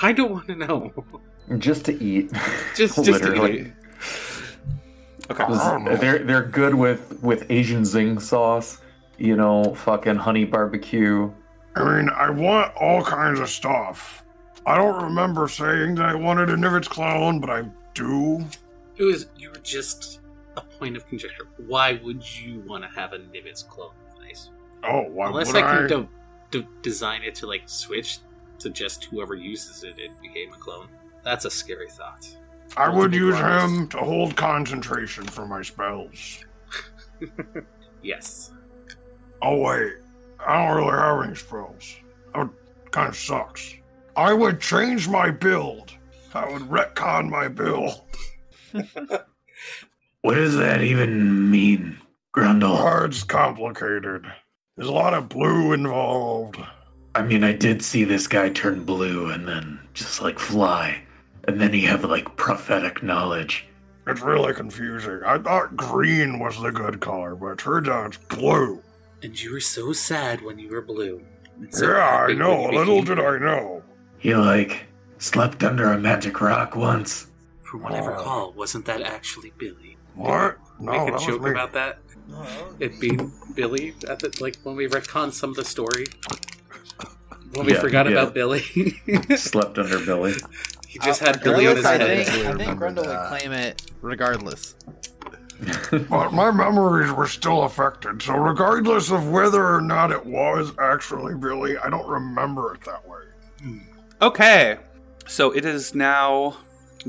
F: I don't want to know. [laughs]
H: Just to eat. [laughs]
F: Just- just to
H: Literally.
F: eat.
D: okay.
H: They're they're good with with Asian zing sauce, you know, fucking honey barbecue.
C: I mean, I want all kinds of stuff. I don't remember saying that I wanted a Nivet's clone, but I do.
F: It was you were just a point of conjecture. Why would you want to have a Nivet's clone place?
C: Oh, why
F: Unless
C: would
F: I
C: I?
F: can de- de- design it to like switch to just whoever uses it, it became a clone. That's a scary thought.
C: I would
F: multiple
C: use
F: levels.
C: him to hold concentration for my spells.
F: Yes.
C: Oh wait, I don't really have any spells. That kind of sucks. I would change my build. I would retcon my build.
E: What does that even mean, Grundle?
C: Hard's complicated. There's a lot of blue involved.
E: I mean, I did see this guy turn blue and then just like fly, and then he had like prophetic knowledge.
C: It's really confusing. I thought green was the good color, but it turns out it's blue.
F: And you were so sad when you were blue. And so
C: yeah, I
F: happy when
C: know.
F: you
C: Little
F: became
C: did I know.
E: He like slept under a magic rock once.
F: From what I
C: Oh.
F: recall, wasn't that actually Billy?
C: What? No,
F: Make
C: that
F: a
C: was
F: joke
C: me.
F: about that. It being Billy at the, like when we recon some of the story. When we
H: Yeah,
F: forgot
H: yeah.
F: about Billy, [laughs] he
H: [laughs] Slept under Billy.
F: just
G: Uh,
F: had Billy on his
B: regardless, I
F: head.
B: think-
G: I
B: I
G: think
B: remember
G: Grundle would uh,
B: that.
G: claim it regardless.
C: But my memories were still affected, so regardless of whether or not it was actually Billy, I don't remember it that way.
D: Okay. So it is now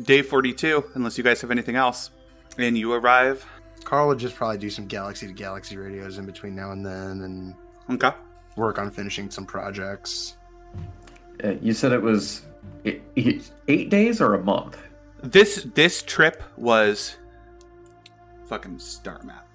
D: day 42, unless you guys have anything else. And you arrive.
B: Carl would just probably do some galaxy to galaxy radios in between now and then and
D: Okay.
B: work on finishing some projects.
H: Uh, you said it was i- i- eight days or a month.
D: This this trip was fucking star map.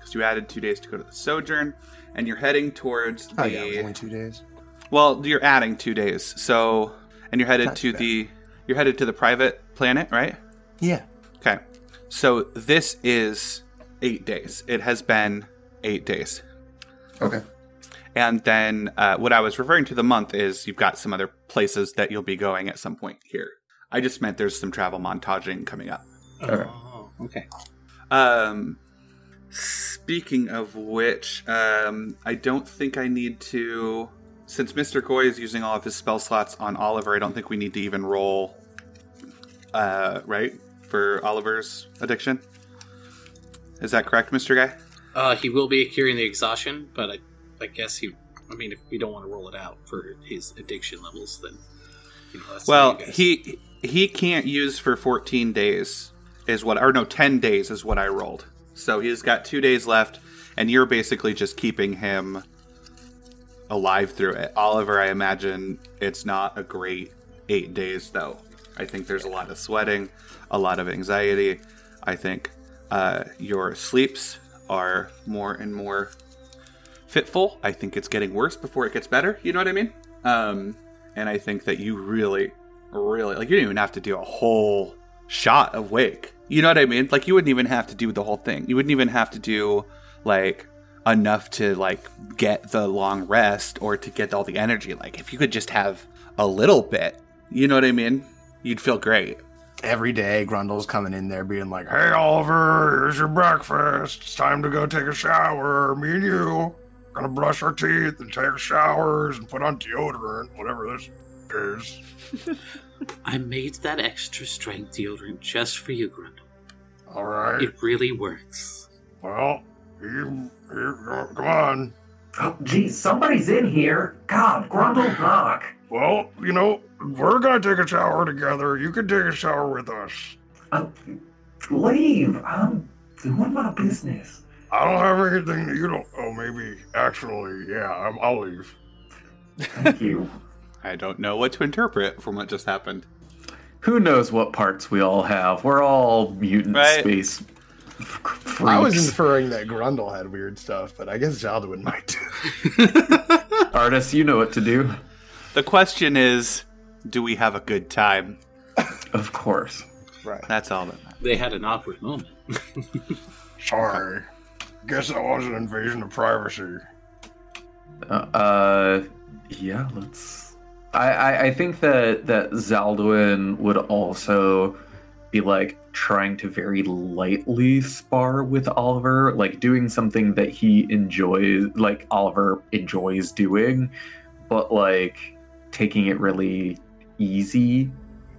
D: Because you added two days to go to the sojourn, and you're heading towards the.
B: Oh, yeah, it was only two days.
D: Well, you're adding two days, so and you're headed
B: Not
D: to
B: bad.
D: the you're headed to the private planet, right?
B: Yeah.
D: Okay. So this is eight days. It has been eight days.
B: Okay.
D: And then uh, what I was referring to the month is you've got some other places that you'll be going at some point here. I just meant there's some travel montaging coming up.
H: Okay.
F: Oh, okay.
D: Um, speaking of which, um, I don't think I need to. Since Mr. Goy is using all of his spell slots on Oliver, I don't think we need to even roll, uh, right? For Oliver's addiction. Is that correct, Mr. Guy?
F: Uh, he will be curing the exhaustion, but I, I guess he. I mean, if we don't want to roll it out for his addiction levels, then you know, that's
D: Well,
F: on you guys.
D: he he can't use for 14 days is what or no 10 days is what I rolled. So he's got 2 days left and you're basically just keeping him alive through it. Oliver, I imagine it's not a great 8 days though. I think there's a lot of sweating, a lot of anxiety. I think uh, your sleeps are more and more fitful. I think it's getting worse before it gets better. You know what I mean? Um, and I think that you really, really like you don't even have to do a whole shot of wake. You know what I mean? Like you wouldn't even have to do the whole thing. You wouldn't even have to do like enough to like get the long rest or to get all the energy. Like if you could just have a little bit, you know what I mean? You'd feel great.
B: Every day, Grundle's coming in there being like,
C: Hey, Oliver, here's your breakfast. It's time to go take a shower. Me and you gonna brush our teeth and take showers and put on deodorant, whatever this is.
F: I made that extra strength deodorant just for you, Grundle.
C: All right.
F: It really works.
C: Well, you, you, come on.
E: Oh, geez, somebody's in here. God, Grundle, knock.
C: Well, you know, we're gonna take a shower together. You can take a shower with us.
E: I'm, Uh, leave. I'm doing my business.
C: I don't have anything that you don't. Oh, maybe. Actually, yeah, I'm, I'll leave.
E: Thank you.
D: I don't know what to interpret from what just happened.
H: Who knows what parts we all have? We're all mutant
D: Right.
H: space f- freaks.
B: I was inferring that Grundle had weird stuff, but I guess Jaldwin might [laughs] too.
H: Artists, you know what to do.
D: The question is, do we have a good time?
H: Of course.
D: That's all that matters.
F: They had an awkward moment.
C: Sorry. Guess that was an invasion of privacy.
H: Uh, uh yeah, let's. I, I, I think that that Zaldwin would also be like trying to very lightly spar with Oliver, like doing something that he enjoys, like Oliver enjoys doing, but like taking it really easy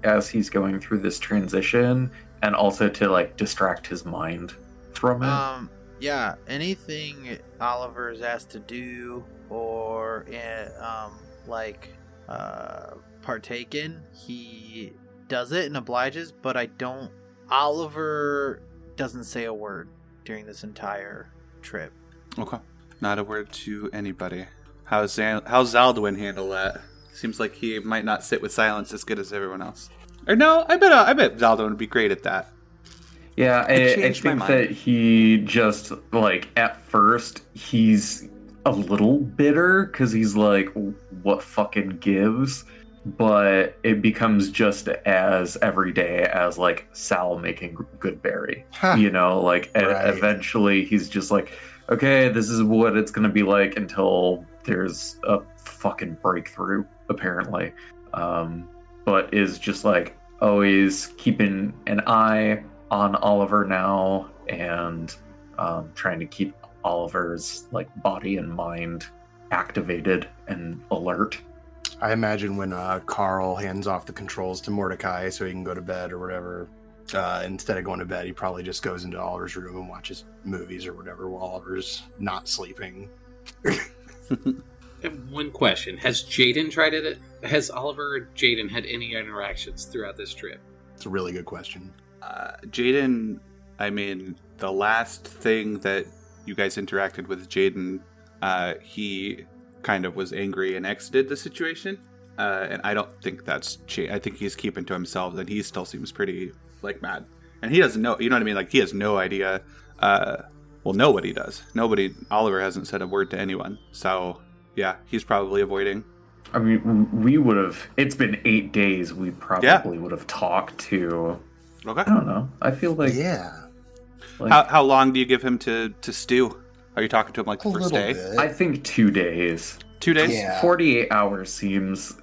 H: as he's going through this transition, and also to like distract his mind from it.
G: Um, yeah, anything Oliver is asked to do or uh, um, like uh, partake in, he does it and obliges. But I don't. Oliver doesn't say a word during this entire trip.
D: Okay. Not a word to anybody. How's Zal- how's Zaldwin handle that? Seems like he might not sit with silence as good as everyone else. Or no, I bet uh, I bet Zaldwin would be great at that.
H: Yeah,
D: It
H: I, I
D: changed my
H: think
D: mind.
H: that he just like at first he's a little bitter because he's like, "What fucking gives?" But it becomes just as every day as like Sal making good berry.
B: [laughs]
H: You know, like e-
B: Right.
H: eventually he's just like, "Okay, this is what it's gonna be like until there's a fucking breakthrough." Apparently, um, but is just like always keeping an eye on Oliver now and um, trying to keep Oliver's like body and mind activated and alert.
B: I imagine when uh, Carl hands off the controls to Mordecai so he can go to bed or whatever, uh, instead of going to bed, he probably just goes into Oliver's room and watches movies or whatever while Oliver's not sleeping.
F: I have one question: Has Jaden tried it? Has Oliver or Jaden had any interactions throughout this trip?
B: It's a really good question.
D: Uh, Jaden, I mean, the last thing that you guys interacted with Jaden, uh, he kind of was angry and exited the situation. Uh, and I don't think that's. Cha- I think he's keeping to himself, and he still seems pretty like mad. And he doesn't know. You know what I mean? Like he has no idea. Uh, well, nobody does. Nobody. Oliver hasn't said a word to anyone. So yeah, he's probably avoiding.
H: I mean, we would have. It's been eight days. We probably would have talked to.
D: Okay.
H: I don't know. I feel like,
B: yeah,
H: like
D: How, how long do you give him to to stew? Are you talking to him like
B: a
D: the
B: little
D: first day?
B: bit.
H: I think two days.
D: Two days.
B: Yeah.
H: Forty-eight hours seems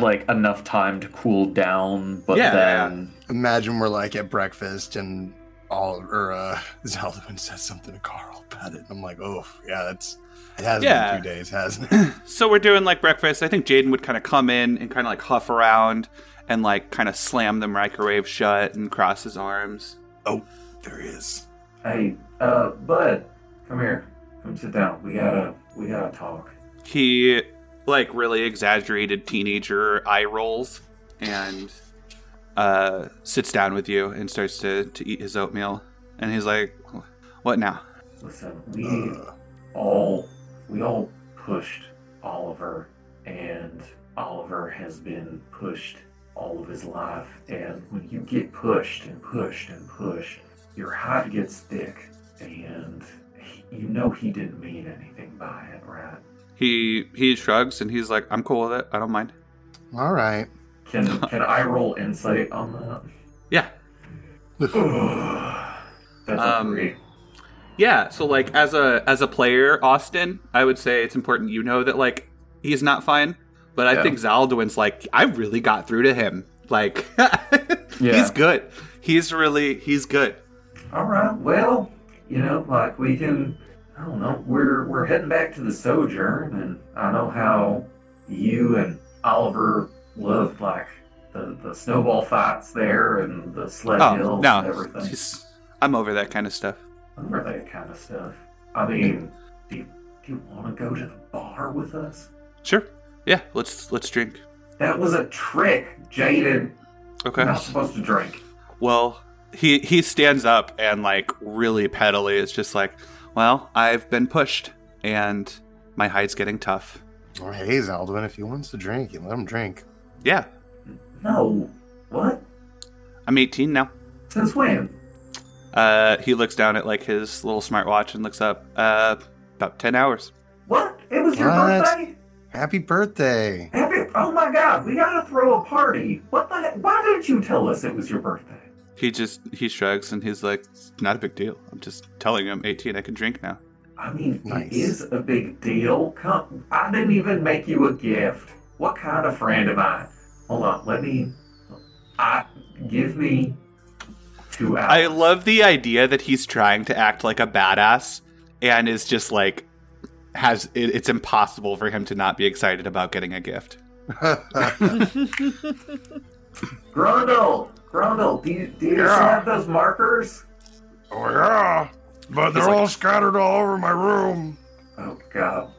H: like enough time to cool down, but
D: Yeah, yeah,
H: then
B: imagine we're like at breakfast and all or uh, [laughs] Zeldwin says something to Carl about it, and I'm like, oh yeah, that's it has
D: Yeah.
B: been two days, hasn't it? [laughs]
D: So we're doing like breakfast. I think Jaden would kind of come in and kind of like huff around and like kind of slam the microwave shut and cross his arms.
B: there he is.
E: Hey, uh, bud, come here. Come sit down. We gotta, we gotta talk.
D: He like really exaggerated teenager eye rolls and uh, sits down with you and starts to, to eat his oatmeal. And he's like, "What now?"
E: Listen, we
B: Uh,
E: all we all pushed Oliver, and Oliver has been pushed all of his life. And when you get pushed and pushed and pushed, your hide gets thick, and he- you know he didn't mean anything by it, right?
D: He he shrugs and he's like, "I'm cool with it. I don't mind."
B: all right.
E: Can can I roll insight on that?
D: Yeah,
E: That's
D: Um,
E: a three.
D: Yeah, so like as a as a player, Austin, I would say it's important you know that like he's not fine, but I
H: Yeah.
D: think Zaldwin's like I really got through to him. Like [laughs]
H: Yeah.
D: he's good. He's really he's good.
E: All right. Well, you know, like we can. I don't know. We're we're heading back to the sojourn, and I know how you and Oliver loved like the, the snowball fights there and the sled
D: Oh
E: hills and
D: no,
E: everything.
D: he's, I'm over that kind of stuff.
E: Remember that kind of stuff. I mean, do you, do you want to go to the bar with us?
D: Sure, yeah, let's let's drink.
E: That was a trick, Jaden.
D: Okay.
E: You're not supposed to drink.
D: Well, he he stands up and like really pettily is just like, well, I've been pushed and my hide's getting tough.
B: Or hey, Zaldwin, if he wants to drink, you let him drink.
D: Yeah,
E: No. What?
D: I'm 18 now.
E: Since when?
D: Uh, he looks down at like his little smartwatch and looks up. Uh, about 10 hours.
E: What? It was your
B: What?
E: birthday?
B: Happy birthday!
E: Happy- oh my god, we gotta throw a party. What the heck? Why didn't you tell us it was your birthday?
D: He just he shrugs and he's like, it's not a big deal. I'm just telling you, I'm 18. I can drink now.
E: I mean,
B: Nice.
E: it is a big deal. Come, I didn't even make you a gift. What kind of friend am I? Hold on, let me. I give me two hours.
D: I love the idea that he's trying to act like a badass and is just like has it, it's impossible for him to not be excited about getting a gift.
E: Grundle. Grundle, do you, do you
C: Yeah.
E: have those markers?
C: Oh yeah, but they're all scattered all over my room.
E: Oh god.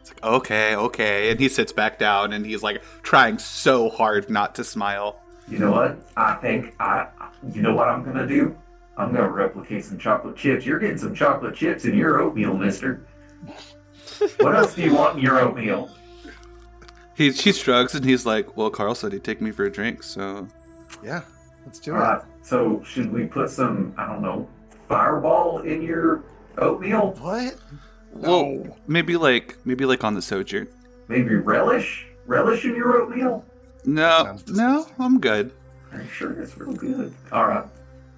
D: It's like okay, okay, and he sits back down and he's like trying so hard not to smile.
E: You know what? I think I. You know what I'm gonna do? I'm gonna replicate some chocolate chips. You're getting some chocolate chips in your oatmeal, Mister. what else do you want in your oatmeal?
D: He she shrugs and he's like, "Well, Carl said he'd take me for a drink, so
B: yeah, let's do
E: All
B: it.
E: right. Uh, So should we put some? I don't know. Fireball in your oatmeal?
B: What?
D: well, maybe like maybe like on the sojourn."
E: Maybe relish? Relish in your oatmeal?
D: No,
B: Sounds
D: no,
B: disgusting.
D: I'm good.
E: Are you sure that's real good? All right.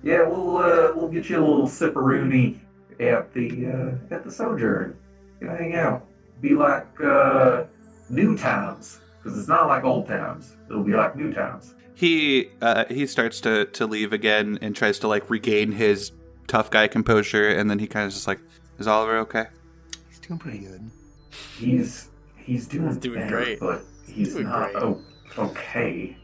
E: Yeah, we'll uh, we'll get you a little sipperoony at the uh, at the sojourn. You know, hang out. Be like uh, new times, because it's not like old times. It'll be like new times.
D: He uh, he starts to to leave again and tries to like regain his tough guy composure, and then he kind of just like, "Is Oliver okay?"
B: He's doing pretty good.
E: He's he's doing,
G: He's doing
E: better,
G: great.
E: but he's
G: Doing
E: not
G: great.
E: o- okay.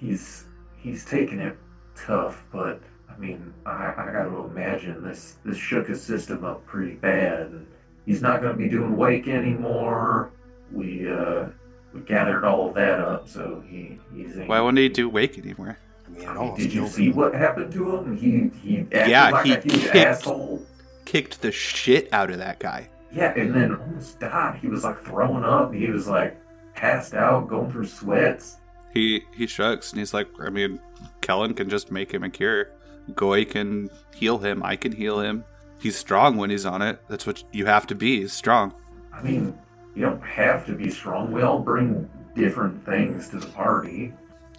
E: He's he's taking it tough, but I mean, I, I got to imagine this this shook his system up pretty bad. And he's not going to be doing wake anymore. We uh we gathered all of that up, so he he's. in-
D: Why wouldn't he do wake anymore?
B: I mean, it
E: I mean,
B: almost
E: did you
B: killed
E: see
B: him.
E: what happened to him? He he acted
D: Yeah,
E: like
D: he
E: a huge
D: kicked-
E: asshole.
D: Kicked the shit out of that guy.
E: Yeah, and then almost died. He was like throwing up. He was like passed out, going through sweats.
D: He he shrugs and he's like, "I mean, Kellen can just make him a cure. Goy can heal him. I can heal him. He's strong when he's on it. That's what you have to be. Is strong."
E: I mean, you don't have to be strong. We all bring different things to the party.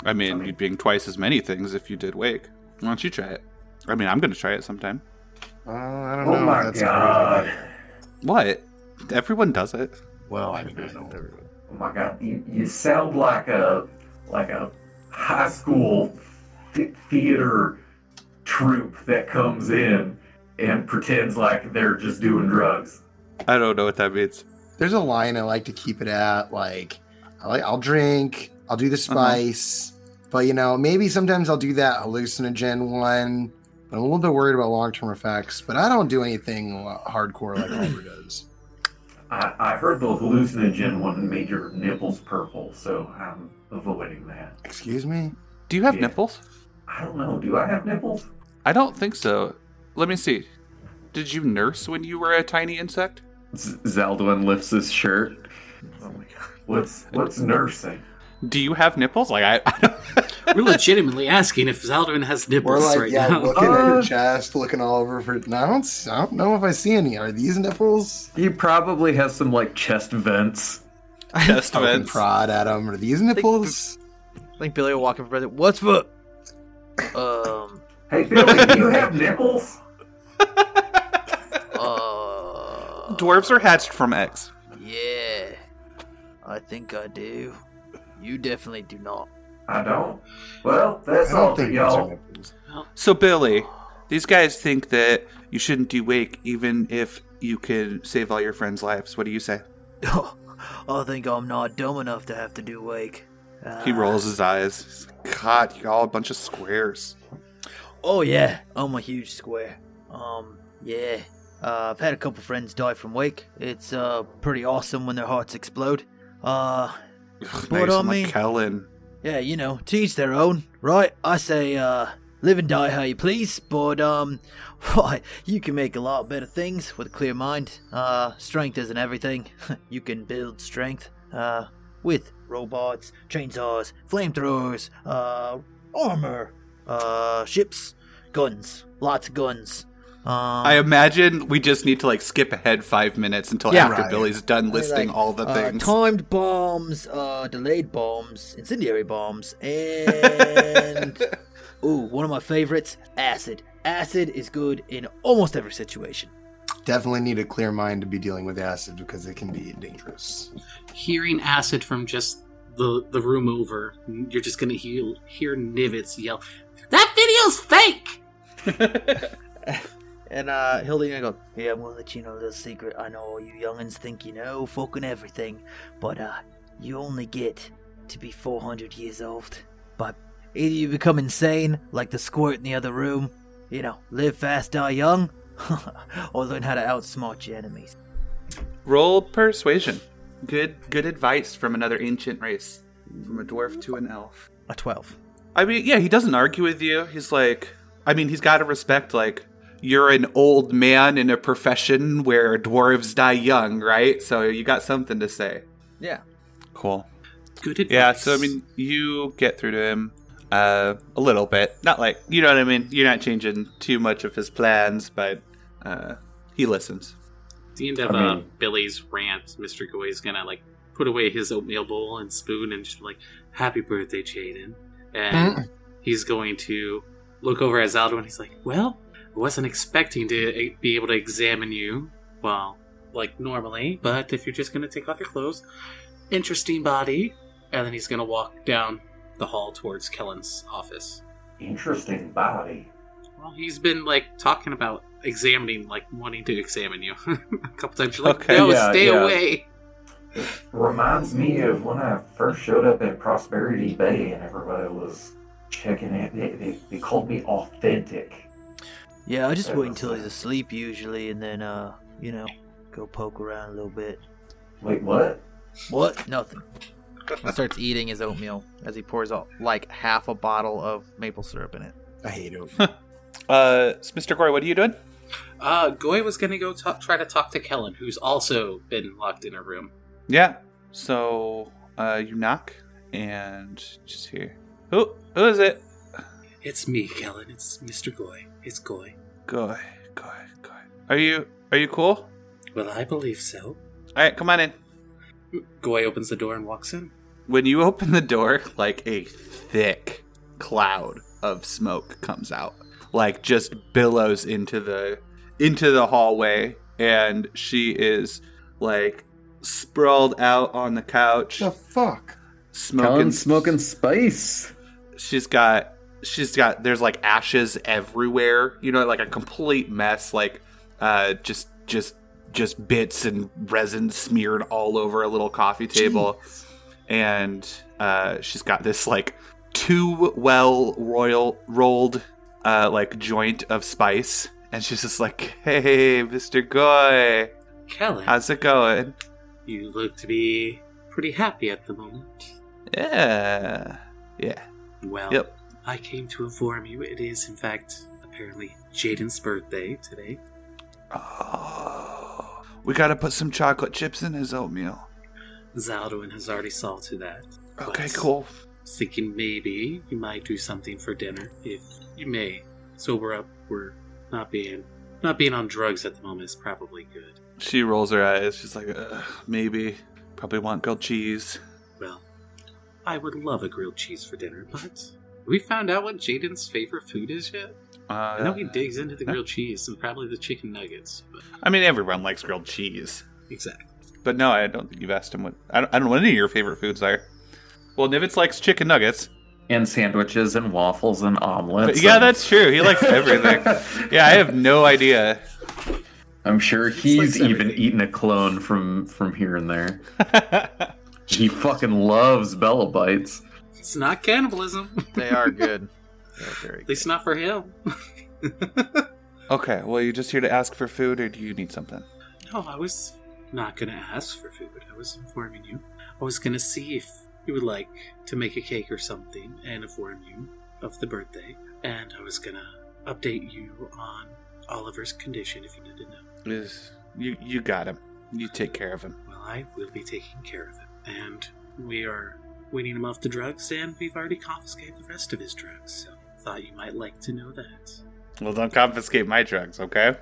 D: I mean,
E: I mean-
D: you'd being twice as many things if you did wake. Why don't you try it? I mean, I'm gonna try it sometime.
B: Uh, I don't
E: Oh
B: know.
E: my
B: if that's
E: god!
D: What? Everyone does it.
B: good. Well, I mean, I don't.
E: Oh my god! You, you sound like a like a high school th- theater troupe that comes in and pretends like they're just doing drugs.
D: I don't know what that means.
B: There's a line I like to keep it at. Like, I like, I'll drink. I'll
E: Uh-huh.
B: do the spice. But you know, maybe sometimes I'll do that hallucinogen one. I'm a little bit worried about long-term effects, but I don't do anything hardcore like
E: [clears throat]
B: Oliver does.
E: I, I heard the hallucinogen one made your nipples purple, so I'm avoiding that.
B: Excuse me.
D: Do you have
E: Yeah.
D: nipples?
E: I don't know. Do I have nipples?
D: I don't think so. Let me see. Did you nurse when you were a tiny insect?
H: Z- Zaldwin lifts his shirt.
E: Oh my god! What's what's nursing?
D: Do you have nipples? Like I, [laughs] I don't...
F: [laughs] We're legitimately asking if Zaldwin has
B: We're
F: nipples
B: like,
F: right
B: yeah,
F: now.
B: looking at [laughs] your
H: Uh.
B: chest, looking all over for. No, I don't. s- I don't know if I see any. Are these nipples?
H: He probably has some like chest vents.
D: Chest
B: I can
D: vents.
B: prod at them. Are these nipples?
G: Like Billy will walk in for president. What's for? Um.
E: Hey Billy, do you have nipples?
G: Uh.
D: Dwarves are hatched from eggs.
G: Yeah. I think I do. You definitely do not.
E: I don't. Well, that's
B: I don't
E: all for
B: think these are
E: y'all.
B: nipples.
D: So Billy, these guys think that you shouldn't do wake even if you can save all your friends' lives. What do you say?
G: [laughs] I think I'm not dumb enough to have to do wake.
D: He
G: Ah.
D: rolls his eyes. He's like, God, you all a bunch of squares.
G: Oh yeah, I'm a huge square. Um, yeah. Uh, I've had a couple friends die from wake. It's uh pretty awesome when their hearts explode. Uh,
D: Ugh,
G: But
D: nice.
G: I
D: I'm like,
G: mean-
D: Kellen.
G: yeah, you know, to each their own, right? I say, uh, Live and die how you please, but um, [laughs] why you can make a lot better things with a clear mind. Uh, strength isn't everything. [laughs] you can build strength. Uh, with robots, chainsaws, flamethrowers, uh, armor, uh, ships, guns, lots of guns. Um,
D: I imagine we just need to like skip ahead five minutes until
G: Yeah.
D: after
B: Right.
D: Billy's done listing
G: like,
D: all the
G: uh,
B: [laughs]
D: things.
G: timed bombs, uh, delayed bombs, incendiary bombs, [laughs] and
B: [laughs]
G: ooh, one of my favorites, acid. Acid is good in almost every situation.
B: Definitely need a clear mind to be dealing with acid because it can be dangerous.
F: Hearing acid from just the the room over, you're just gonna hear hear Nivets yell, "That video's fake!"
G: And uh, Hildy gonna go. Yeah, I'm gonna let you know a little secret. I know all you youngins think you know fucking everything, but uh, you only get to be 400 years old. But either you become insane, like the squirt in the other room, you know, live fast, die young, [laughs] or learn how to outsmart your enemies.
D: Roll persuasion. Good, good advice from another ancient race, from a dwarf to an elf.
G: A 12.
D: I mean, yeah, he doesn't argue with you. He's like, I mean, he's got to respect like you're an old man in a profession where dwarves die young, right? So you got something to say.
G: Yeah.
D: Cool.
F: Good advice.
D: Yeah, so I mean, you get through to him uh, a little bit. Not like, you know what I mean? You're not changing too much of his plans, but uh, he listens.
F: At the end of
H: I
F: uh,
H: mean-
F: Billy's rant, Mr. Goy's gonna like put away his oatmeal bowl and spoon and just be like, "Happy birthday, Jaden!" And
H: Hmm.
F: he's going to look over at Zaldo and he's like, "Well, I wasn't expecting to eh, be able to examine you, well, like normally, but if you're just gonna take off your clothes, interesting body." And then he's gonna walk down the hall towards Kellen's office.
E: Interesting body.
F: Well, he's been like talking about examining, like wanting to examine you [laughs] a couple times. You're like,
D: Okay,
F: "No,
H: yeah,
F: stay
H: yeah.
F: away."
E: Reminds me of when I first showed up at Prosperity Bay and everybody was checking it. They, they, they called me authentic.
G: Yeah, I just
E: Yeah,
G: wait
E: that's
G: until he's
E: fine.
G: asleep usually and then, uh, you know, go poke around a little bit.
E: Wait, what?
G: What? Nothing. He starts eating his oatmeal as he pours out like half a bottle of maple syrup in it.
B: I hate it.
D: Uh, so Mr. Gory, what are you doing?
F: Uh, Goy was gonna go talk, try to talk to Kellen, who's also been locked in a room.
D: Yeah. So uh, you knock and just hear, who, who is it?
F: It's me, Kellen. It's Mr. Goy. It's Goy.
D: Goy, Goy, Goy. Are you, are you cool?
F: Well, I believe so.
D: All right, come on in.
F: Goy opens the door and walks in.
D: When you open the door, like a thick cloud of smoke comes out, like just billows into the into the hallway, and she is like sprawled out on the couch,
B: the fuck?
D: smoking,
H: smoking spice.
D: She's got she's got there's like ashes everywhere, you know, like a complete mess, like uh, just just just bits and resin smeared all over a little coffee table and uh, she's got this like too well royal rolled uh, like joint of spice, and she's just like, "Hey, Mister Goy,
F: Kellen,
D: how's it going?"
F: you look to be pretty happy at the moment.
D: Yeah, yeah.
F: Well,
D: Yep.
F: I came to inform you it is, in fact, apparently Jaden's birthday today.
D: Oh, we gotta put some chocolate chips in his oatmeal.
F: Zaldwin has already saw to that.
D: Okay,
F: Let's-
D: cool.
F: was thinking maybe you might do something for dinner if you may sober up we're not being not being on drugs at the moment is probably good
D: She rolls her eyes. She's like, Ugh, "Maybe, probably want grilled cheese."
F: well i would love a grilled cheese for dinner but we found out what jaden's favorite food is yet
D: Uh,
F: i know he digs into the grilled cheese and probably the chicken nuggets but
D: I mean, everyone likes grilled cheese.
F: exactly
D: But no, I don't think you've asked him what. I don't, I don't know what any of your favorite foods are. Well, Nivitz likes chicken nuggets.
H: And sandwiches and waffles and
D: But
H: omelets.
D: yeah,
H: and-
D: that's true. He [laughs]
H: [laughs]
D: likes everything. [laughs] yeah, I have no idea.
H: I'm sure he's
B: likes
H: even
B: everything.
H: eaten a clone from from here and there. He fucking loves Bella Bites.
F: it's not cannibalism [laughs]
G: They are good. They're very
F: at least not for him
D: okay, well, you're just here to ask for food, or do you need something?
F: no Oh, i was not gonna ask for food i was informing you i was gonna see if you would like to make a cake or something and inform you of the birthday, and I was gonna update you on Oliver's condition if you didn't know.
D: Is you you got him. You take care of him.
F: Well, I will be taking care of him, and we are weaning him off the drugs, and we've already confiscated the rest of his drugs. So, thought you might like to know that.
D: Well, don't confiscate my drugs, okay?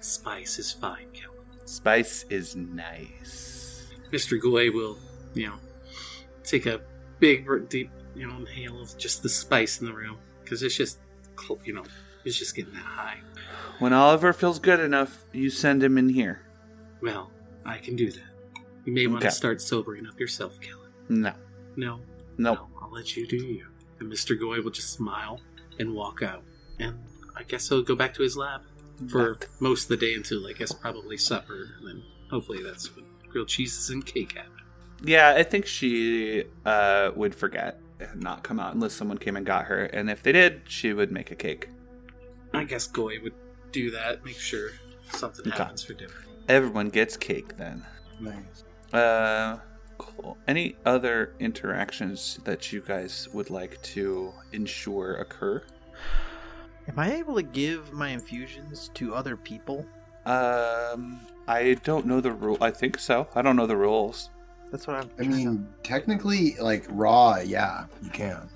F: Spice is fine, Kelly.
D: Spice is nice.
F: Mr. Goulet will, you know, take a big, r- deep, you know, inhale of just the spice in the room because it's just, cl- you know, it's just getting that high.
D: When Oliver feels good enough, you send him in here.
F: Well, I can do that. You may want to
D: Okay.
F: start sobering up yourself, Kelly.
D: No,
F: No,
D: nope.
F: no, I'll let you do you. And Mr. Goulet will just smile and walk out. And I guess he'll go back to his lab for most of the day until I guess probably supper, and then hopefully that's when grilled cheeses and cake happen.
D: Yeah, I think she uh, would forget and not come out unless someone came and got her. And if they did, she would make a cake.
F: I guess Goy would do that, make sure something
D: Okay.
F: happens for dinner.
D: Everyone gets cake then.
B: Nice.
D: Uh, cool. Any other interactions that you guys would like to ensure occur?
G: Am I able to give my infusions to other people?
D: Um, I don't know the rule. I think so. I don't know the rules.
G: That's what I'm.
B: I mean, technically, like raw, yeah, you can.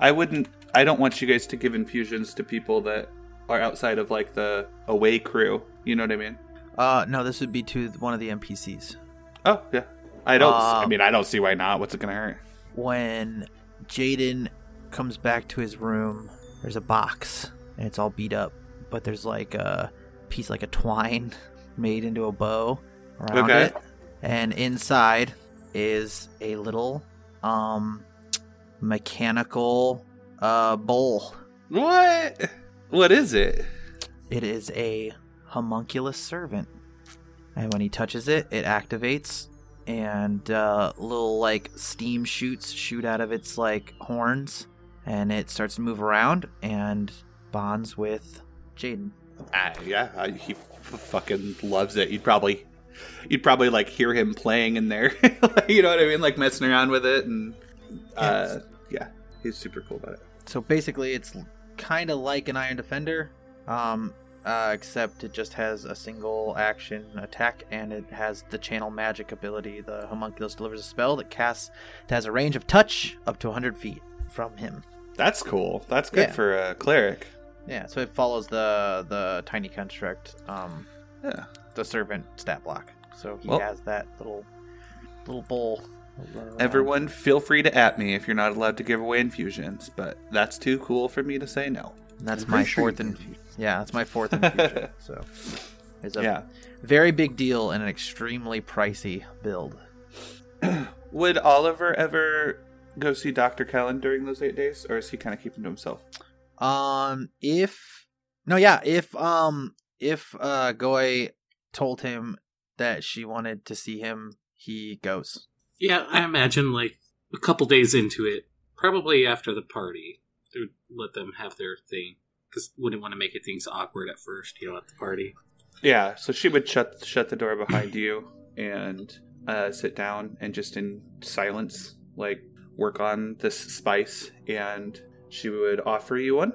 D: I wouldn't. I don't want you guys to give infusions to people that are outside of like the away crew. You know what I mean?
G: Uh, no, this would be to one of the NPCs.
D: Oh yeah. I don't. I
G: Um,
D: mean, I don't see why not. What's it gonna hurt?
G: When Jaden comes back to his room, there's a box and it's all beat up, but there's like a piece like a twine [laughs] made into a bow around
D: Okay.
G: it, and inside is a little um mechanical uh bowl.
D: What? What is it?
G: It is a homunculus servant. And when he touches it, it activates, and uh, little like steam shoots shoot out of its like horns, and it starts to move around and bonds with Jaden.
D: Ah, yeah, I, he f- fucking loves it. You'd probably, you'd probably like hear him playing in there. [laughs] you know what I mean? Like messing around with it, and uh, yeah, he's super cool about it.
G: So basically, it's kind of like an Iron Defender, um, uh, except it just has a single action attack, and it has the Channel Magic ability. The homunculus delivers a spell that casts that has a range of touch up to 100 feet from him.
D: That's cool. That's good
G: Yeah.
D: for a cleric.
G: Yeah, so it follows the the tiny construct, um,
D: Yeah.
G: the servant stat block. So he
D: Well-
G: has that little little bowl.
D: Everyone, feel free to at me if you're not allowed to give away infusions, but that's too cool for me to say no.
G: And that's
B: I'm
G: my
B: pretty sure
G: fourth
B: you
G: and
B: can do-
G: yeah, that's my fourth
D: [laughs]
G: infusion. so it's a
D: Yeah.
G: very big deal and an extremely pricey build.
D: Would Oliver ever go see Doctor Kellen during those eight days, or is he kind of keeping to himself?
G: Um, if no, yeah, if um, if uh, Goy told him that she wanted to see him, he goes.
F: Yeah, I imagine like a couple days into it, probably after the party, they would let them have their thing because wouldn't want to make it things awkward at first, you know, at the party.
D: Yeah, so she would shut shut the door behind [clears throat] you and uh, sit down and just in silence, like work on this spice, and she would offer you one.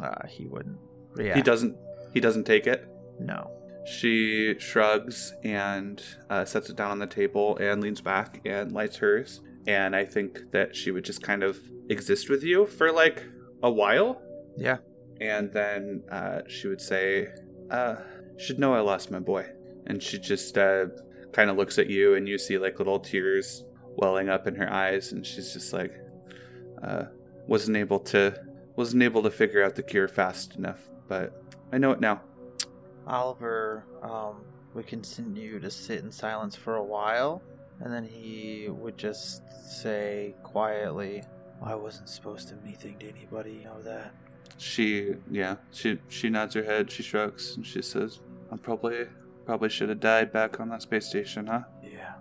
G: Uh, he wouldn't. Yeah,
D: He doesn't. He doesn't take it.
G: No.
D: She shrugs and uh, sets it down on the table and leans back and lights hers. And I think that she would just kind of exist with you for like a while.
G: Yeah.
D: And then uh, she would say, uh, Should know I lost my boy. And she just uh, kind of looks at you, and you see like little tears welling up in her eyes. And she's just like, uh, Wasn't able to. Wasn't able to figure out the cure fast enough, but I know it now.
G: Oliver um, would continue to sit in silence for a while, and then he would just say quietly, I wasn't supposed to be anything to anybody, you know that.
D: She, yeah, she she nods her head, she shrugs, and she says, "I probably probably should have died back on that space station, huh?
G: Yeah.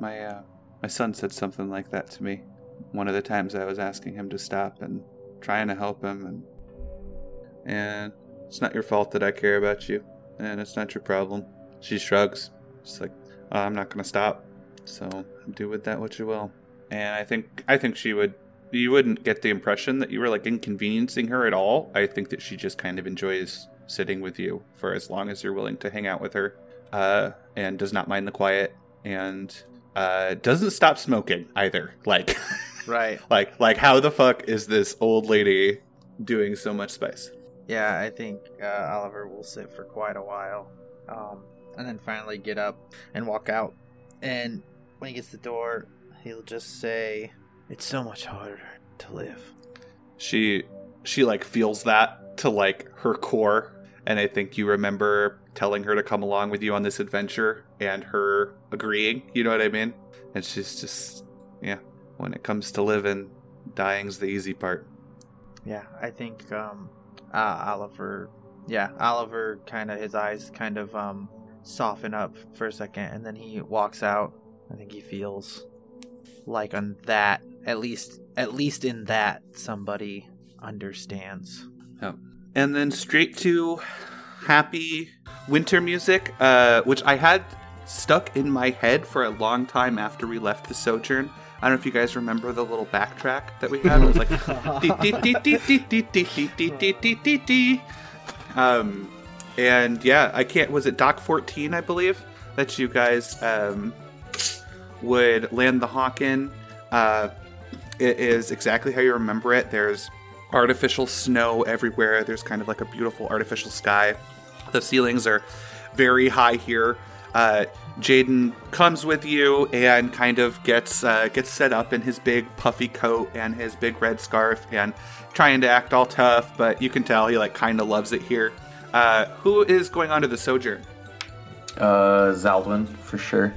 D: My uh, my son said something like that to me. One of the times I was asking him to stop and trying to help him, and and it's not your fault that I care about you, and it's not your problem." She shrugs. She's like, "Uh, "I'm not gonna stop, so do with that what you will." And I think I think she would You wouldn't get the impression that you were like inconveniencing her at all. I think that she just kind of enjoys sitting with you for as long as you're willing to hang out with her, uh, and does not mind the quiet, and uh, doesn't stop smoking either. Like, [laughs]
G: Right.
D: like, like, how the fuck is this old lady doing so much space?
G: Yeah, I think uh, Oliver will sit for quite a while, um, and then finally get up and walk out. And when he gets to the door, he'll just say, "It's so much harder to live."
D: she she like feels that to like her core and i think you remember telling her to come along with you on this adventure and her agreeing you know what i mean and she's just yeah when it comes to living dying's the easy part
G: Yeah, I think um, uh, Oliver. Yeah, Oliver kind of his eyes kind of um, soften up for a second, and then he walks out. I think he feels like on that at least at least in that somebody understands.
D: and then straight to happy winter music, uh, which I had stuck in my head for a long time after we left the sojourn. I don't know if you guys remember the little backtrack that we had. It was like, [laughs] dee, dee, dee, dee, dee, dee, dee, dee, dee, dee, dee, dee, dee. um, and yeah, I can't. Was it Doc fourteen? I believe that you guys um, would land the hawk in. Uh, it is exactly how you remember it. There's artificial snow everywhere. There's kind of like a beautiful artificial sky. The ceilings are very high here. Uh, Jaden comes with you and kind of gets uh, gets set up in his big puffy coat and his big red scarf and trying to act all tough, but you can tell he like kind of loves it here. Uh, who is going on to the sojourn?
H: Uh, Zaldwin, for sure.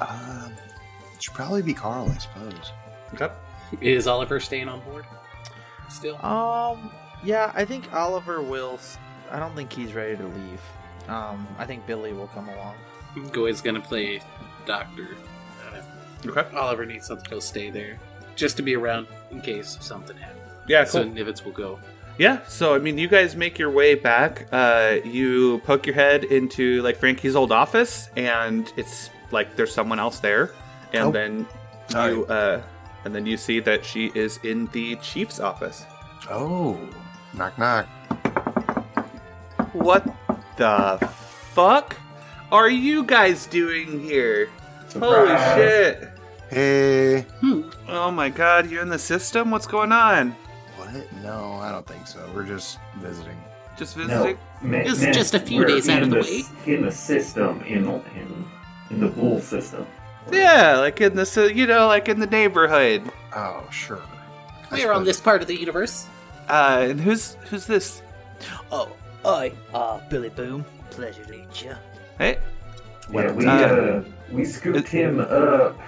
B: Um, it should probably be Carl, I suppose.
D: Okay.
F: Is Oliver staying on board? Still?
G: Um, yeah, I think Oliver will. s- I don't think he's ready to leave. Um, I think Billy will come along.
F: Goy's gonna play Doctor. Uh,
D: Okay.
F: Oliver needs something, he'll stay there. Just to be around in case something happens.
D: Yeah.
F: So Nivets will go.
D: Yeah, so I mean, you guys make your way back. Uh, you poke your head into like Frankie's old office, and it's like there's someone else there, and
B: Oh.
D: then you uh, and then you see that she is in the chief's office.
B: Oh, knock knock.
D: What the fuck are you guys doing here?
H: Surprise.
D: Holy shit!
B: Hey,
D: Oh my god, you in the system? What's going on?
B: what? No, I don't think so. We're just visiting.
D: Just
E: No,
D: visiting?
E: man,
F: It's
E: man,
F: just a few
E: we're
F: days out
E: in
F: of the
E: s- In the system, in in, in the bull system.
D: Yeah, like in the ci- you know, like in the neighborhood.
B: Oh, sure. I
F: We're Oh, on
B: suppose.
F: this part of the universe.
D: Uh, and who's who's this?
G: Oh, I, uh, Billy Boom. Pleasure to meet you.
D: Hey,
E: Yeah, we
D: Uh,
E: uh, we scooped him up,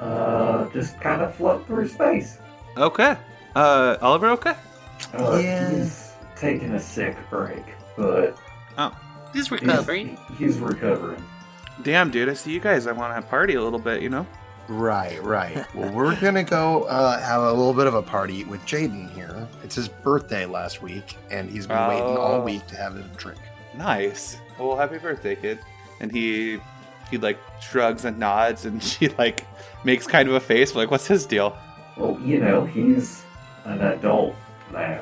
E: uh, just kind of flopped through space.
D: Okay. Uh, Oliver, okay?
E: Uh,
B: Yeah.
E: He's taking a sick break, but
F: He's
E: he's,
F: recovering.
E: he's recovering.
D: Damn, dude, I see you guys. I want to party a little bit, you know?
B: Right, right. Well, we're gonna go uh, have a little bit of a party with Jaden here. It's his birthday last week, and he's been waiting all
D: Oh.
B: week to have a drink.
D: Nice. Well, happy birthday, kid. And he, he like shrugs and nods, and [laughs] she like makes kind of a face, like, what's his deal?
E: Well, you know, he's an adult now.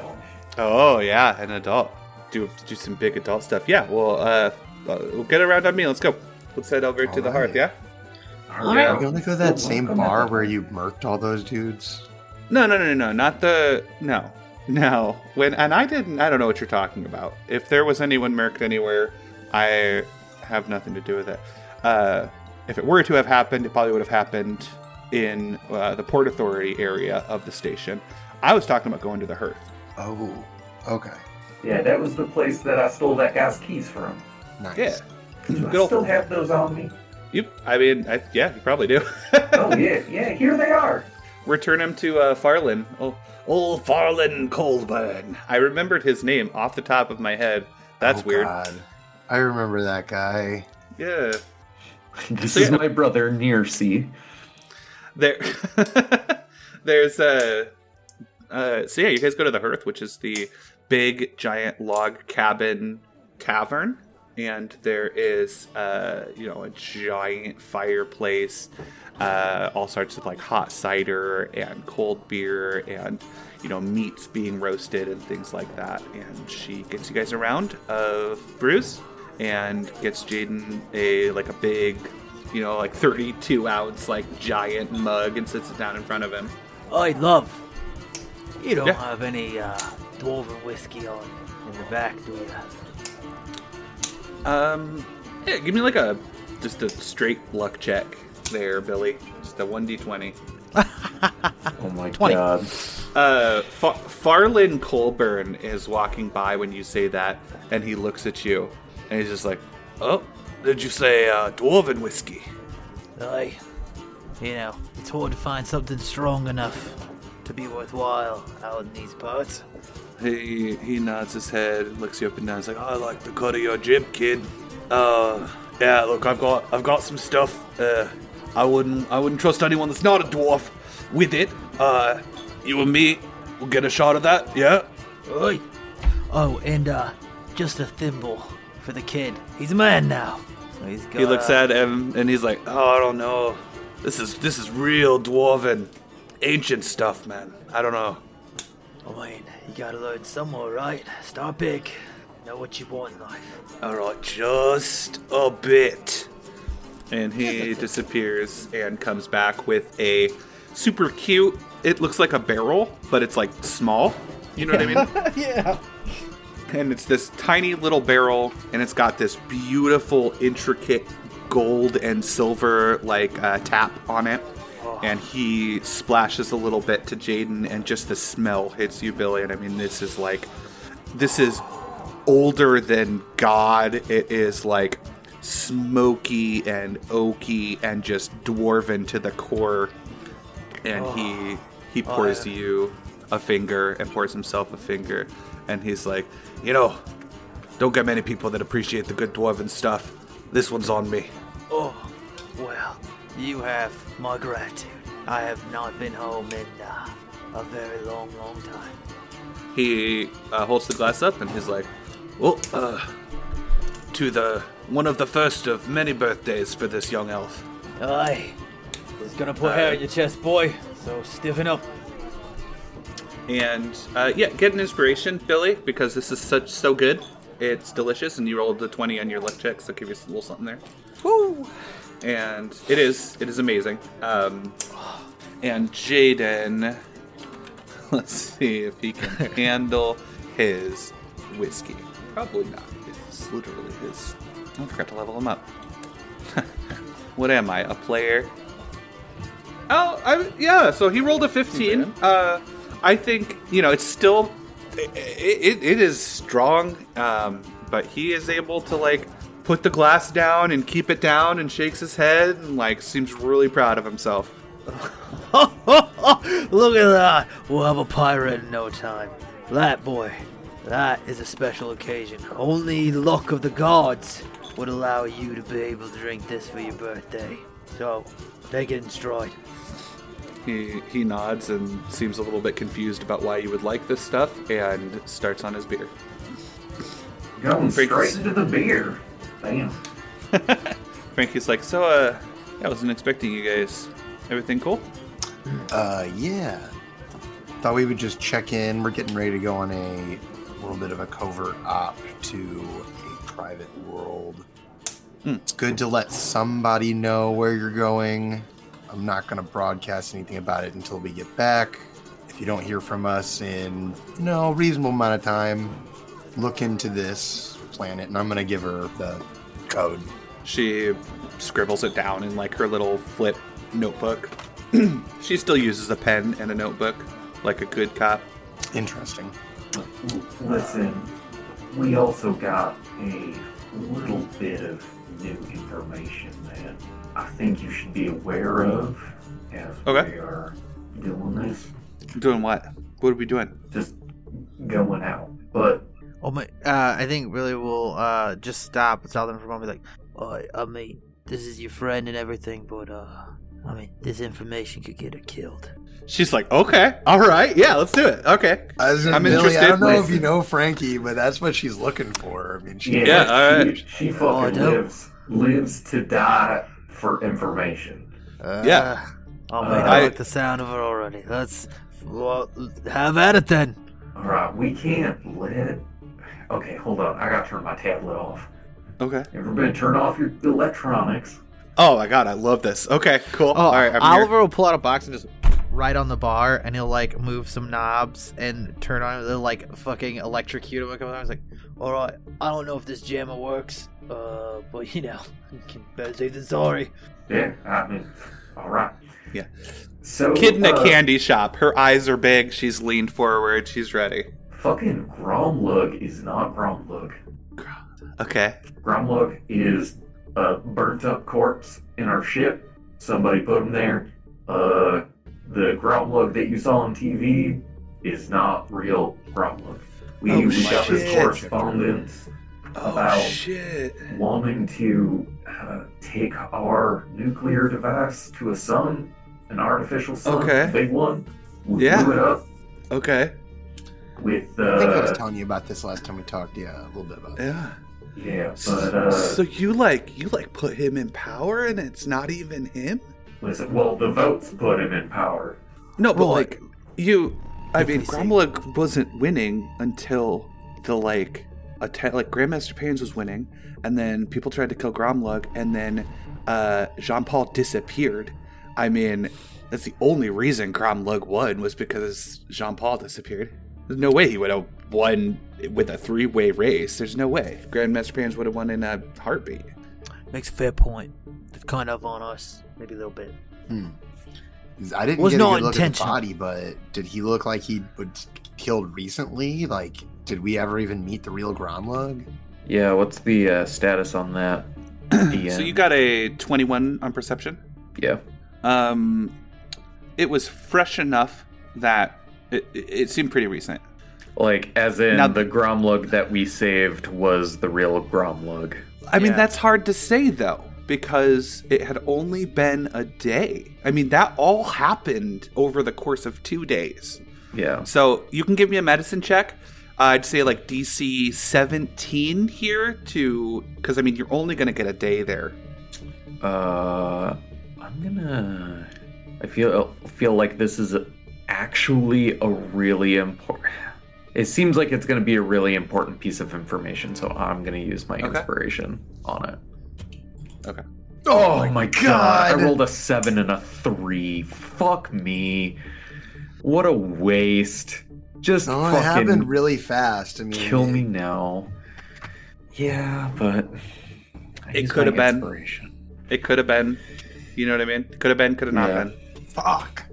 D: Oh yeah, an adult. Do do some big adult stuff. Yeah. Well, uh, uh, get around on me. Let's go. Let's head over to the
B: Alright.
D: hearth. Yeah.
F: right.
B: Are we gonna go to that same bar where you murked all those dudes?
D: No, no, no, no, no. Not the no, no. When and I didn't. I don't know what you're talking about. If there was anyone murked anywhere, I have nothing to do with it. Uh, if it were to have happened, it probably would have happened in uh, the port authority area of the station. I was talking about going to the hearth.
B: Oh, okay,
E: Yeah, that was the place that I stole that guy's keys from.
B: nice.
D: Yeah.
E: Do I
D: Good old-
E: still have those on me?
D: You, I mean, I, yeah, you probably do. [laughs]
E: Oh yeah, yeah. Here they are.
D: Return him to uh, Farlin. Oh, old Farlin Colburn. I remembered his name off the top of my head. That's
B: Oh,
D: weird.
B: God. I remember that guy.
D: Yeah.
H: [laughs] This
D: So,
H: is
D: yeah.
H: my brother, Near C.
D: there [laughs] there's uh, uh so yeah you guys go to the hearth which is the big giant log cabin tavern and there is uh, you know a giant fireplace, uh, all sorts of like hot cider and cold beer and you know meats being roasted and things like that. And she gets you guys a round of brews and gets Jaden a like a big, you know like 32 ounce like giant mug and sits it down in front of him.
G: I love. You don't
D: Yeah.
G: have any uh, dwarven whiskey on in the back, do you?
D: Um, yeah, give me like a just a straight luck check there, Billy. Just a one d twenty.
H: Oh my
I: 20.
H: god.
D: Uh, Fa- Farlin Colburn is walking by when you say that, and he looks at you, and he's just like, "Oh, did you say uh, dwarven whiskey?"
G: I, you know, it's hard to find something strong enough to be worthwhile out in these parts.
D: He he nods his head, looks you up and down. He's like, "Oh, "I like the cut of your jib, kid." Uh, yeah. Look, I've got I've got some stuff. Uh, I wouldn't I wouldn't trust anyone that's not a dwarf with it. Uh, you and me, we'll get a shot of that. Yeah.
G: Oi! Oh, and uh, just a thimble for the kid. He's a man now. So he's got,
D: He looks
G: uh,
D: at him and he's like, "Oh, I don't know. This is this is real dwarven, ancient stuff, man. I don't know."
G: I mean, you gotta learn somewhere, right? Start big. Know what you want in life.
D: All right, just a bit. And he disappears and comes back with a super cute. It looks like a barrel, but it's like small. You know what I mean?
I: yeah.
D: and it's this tiny little barrel and it's got this beautiful intricate gold and silver like uh, tap on it and he splashes a little bit to jaden and just the smell hits you billy and i mean this is like this is older than god it is like smoky and oaky and just dwarven to the core and he he pours you a finger and pours himself a finger and he's like you know don't get many people that appreciate the good dwarven stuff this one's on me
G: Oh, well, you have my gratitude. I have not been home in uh, a very long, long time.
D: he uh, holds the glass up and he's like well uh to the one of the first of many birthdays for this young elf
G: Aye. It's gonna put hair on your chest, boy. So stiffen up.
D: and uh, yeah get an inspiration billy because this is such so good it's delicious and you rolled the 20 on your luck check so give you a little something there
I: Woo!
D: and it is it is amazing. Um, and Jaden, [laughs] let's see if he can handle his whiskey. Probably not. It's literally his. I forgot to level him up. [laughs] what am I? A player? Oh, I, yeah. So he rolled a fifteen. Uh, I think you know it's still it, it, it is strong, um, but he is able to like put the glass down and keep it down, and shakes his head and like seems really proud of himself.
G: [laughs] Look at that. We'll have a pirate in no time. That boy. That is a special occasion. Only luck of the gods would allow you to be able to drink this for your birthday. So, take it in stride.
D: He he nods and seems a little bit confused about why you would like this stuff, and starts on his beer.
H: Going
D: Freaks.
H: straight into the beer. Damn.
D: Frankie's like, so uh, I wasn't expecting you guys. Everything cool?
B: Uh, yeah. Thought we would just check in. We're getting ready to go on a little bit of a covert op to a private world.
D: Hmm.
B: It's good to let somebody know where you're going. I'm not going to broadcast anything about it until we get back. If you don't hear from us in you know, a reasonable amount of time, look into this planet, and I'm going to give her the code.
D: She scribbles it down in like her little flip notebook. [clears throat] she still uses a pen and a notebook, like a good cop.
B: Interesting.
E: Listen, we also got a little bit of new information that I think you should be aware of as
D: Okay.
E: we are doing this.
D: Doing what? What are we doing?
E: Just going out. But
I: Oh my! Uh, I think really we'll uh
G: "Oh,
I: just stop and tell them for a moment. Like,
G: I, I mean, this is your friend and everything, but uh, I mean, this information could get her killed.
D: She's like, okay, all right, yeah, let's do it. Okay.
B: As in
D: I'm
B: Billy,
D: interested.
B: I don't know if
E: Listen.
B: you know Frankie, but that's what she's looking for. I mean, she,
D: Yeah, all right.
E: She, she
G: Oh, I
E: fucking
G: don't-
E: lives lives to die for information.
I: Uh,
D: Yeah.
G: Oh man,
E: Uh,
G: I
D: I-
G: like the sound of it already. Let's well, have at it then.
E: All right, we can't let. Okay, hold on. I gotta turn my tablet off.
D: Okay.
E: Everybody, turn off your electronics.
D: Oh my god, I love this. Okay, cool.
I: Oh,
D: all right, I'm
I: Oliver
D: here.
I: will pull out a box and just right on the bar, and he'll like move some knobs and turn on. They'll like fucking electrocute him a couple times. Like,
G: All right, I don't know if this jammer works, uh, but
I: [laughs]
G: you know, you can better safe than sorry.
E: Yeah, I mean, all right.
D: Yeah.
E: So
D: Kid in a
E: uh,
D: candy shop. Her eyes are big. She's leaned forward. She's ready.
E: Fucking Gromlug is not Gromlug.
D: Okay.
E: Gromlug is a burnt up corpse in our ship. Somebody put him there. Uh, the Gromlug that you saw on TV is not real Gromlug. We,
D: Oh,
E: we got this
D: shit.
E: correspondence about
D: Oh, shit.
E: wanting to uh, take our nuclear device to a sun, an artificial sun,
D: Okay.
E: a big one. We
D: Yeah.
E: blew it up
D: Okay.
E: with
B: I think I was
E: uh,
B: telling you about this last time we talked. Yeah, a little bit about that.
D: Yeah.
E: yeah, but uh,
D: So you like you like put him in power and it's not even him?
E: listen, well, the votes put him in power.
D: No, but
I: Well,
D: like you I mean
I: see.
D: Gromlug wasn't winning until the like atta- like Grandmaster Paynes was winning and then people tried to kill Gromlug and then uh Jean-Paul disappeared. I mean, that's the only reason Gromlug won was because Jean-Paul disappeared. There's no way he would have won with a three-way race. There's no way. Grandmaster Paynes would have won in a heartbeat.
G: Makes a fair point. They've kind of on us, maybe a little bit.
B: Hmm. I didn't
G: Was
B: get a
G: not
B: good look at the
G: intentional.
B: body, but did he look like he was killed recently? Like, did we ever even meet the real Gromlug?
H: Yeah, what's the uh, status on that? DM?
D: So you got a 21 on perception.
H: Yeah.
D: Um, it was fresh enough that it, it- it seemed pretty recent.
H: Like, as in
D: Now-
H: the Gromlug that we saved was the real Gromlug.
D: I mean,
I: Yeah.
D: that's hard to say though because it had only been a day. I mean, that all happened over the course of two days.
H: Yeah.
D: So you can give me a medicine check. I'd say like DC 17 here to because I mean you're only gonna get a day there.
H: Uh, I'm gonna. I feel feel like this is actually a really important. It seems like it's gonna be a really important piece of information, so I'm gonna use my
D: Okay.
H: inspiration on it.
D: Okay.
H: Oh, my god.
B: God.
H: I rolled a seven and a three. Fuck me. What a waste. Just
B: No, it
H: fucking
B: happened really fast. I mean,
H: kill me now. Yeah, but I
D: It
H: used
D: could
H: my
D: have been.
H: inspiration.
D: It could have been, you know what I mean? Could have been, could have not
H: Yeah.
D: been.
B: Fuck.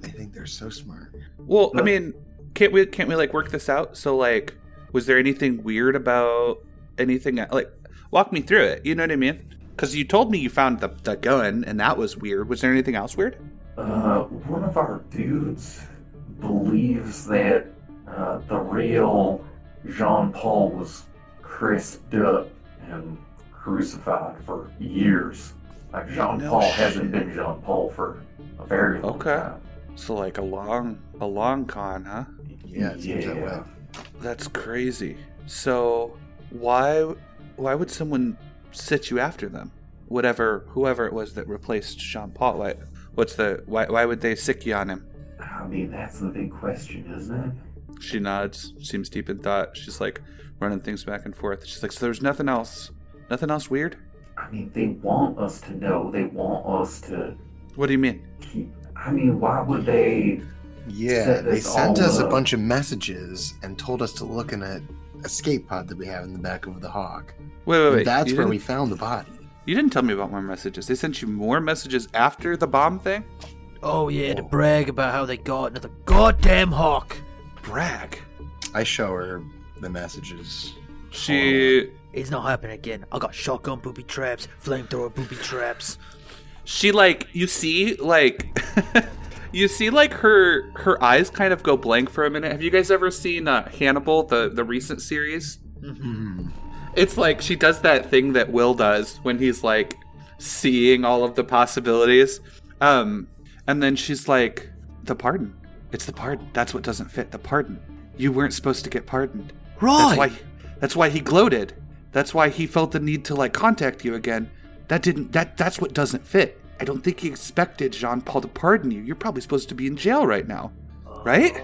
B: They think they're so smart.
D: Well, I
E: But-
D: mean, can't we can't we like work this out? So like, was there anything weird about anything? Like, walk me through it. You know what I mean? Because you told me you found the the gun, and that was weird. Was there anything else weird?
E: Uh, one of our dudes believes that uh, the real Jean Paul was crisped up and crucified for years. Like Jean
D: No
E: Paul
D: shit.
E: hasn't been Jean Paul for a very long
D: Okay.
E: time.
D: So like a long a long con, huh?
B: Yeah, it seems that way.
D: That's crazy. So why why would someone sit you after them? Whatever whoever it was that replaced Jean Paul, like, what's the why why would they sick you on him?
E: I mean, that's the big question, isn't it?
D: She nods, seems deep in thought. She's like running things back and forth. She's like, so there's nothing else, nothing else weird.
E: I mean, they want us to know. They want us to
D: What do you mean?
E: keep. I mean, why would they?
B: Yeah,
E: Set
B: they
E: this
B: sent
E: all
B: us a
E: up.
B: bunch of messages and told us to look in an escape pod that we have in the back of the hawk.
D: Wait, wait, wait.
B: That's
D: you
B: where we
D: didn't,
B: found the body.
D: You didn't tell me about more messages. They sent you more messages after the bomb thing.
G: Oh yeah, to brag about how they got another goddamn hawk.
D: Brag.
B: I show her the messages. Oh,
D: She
G: It's not happening again. I got shotgun booby traps, flamethrower booby traps.
D: she like you see like [laughs] you see like her her eyes kind of go blank for a minute. Have you guys ever seen uh, Hannibal the the recent series?
B: Hmm.
D: It's like she does that thing that Will does when he's like seeing all of the possibilities. Um, and then she's like, "The pardon. It's the pardon. That's what doesn't fit. The pardon. You weren't supposed to get pardoned. That's why. That's why he gloated. That's why he felt the need to like contact you again. That didn't. That that's what doesn't fit. I don't think he expected Jean Paul to pardon you. You're probably supposed to be in jail right now, right?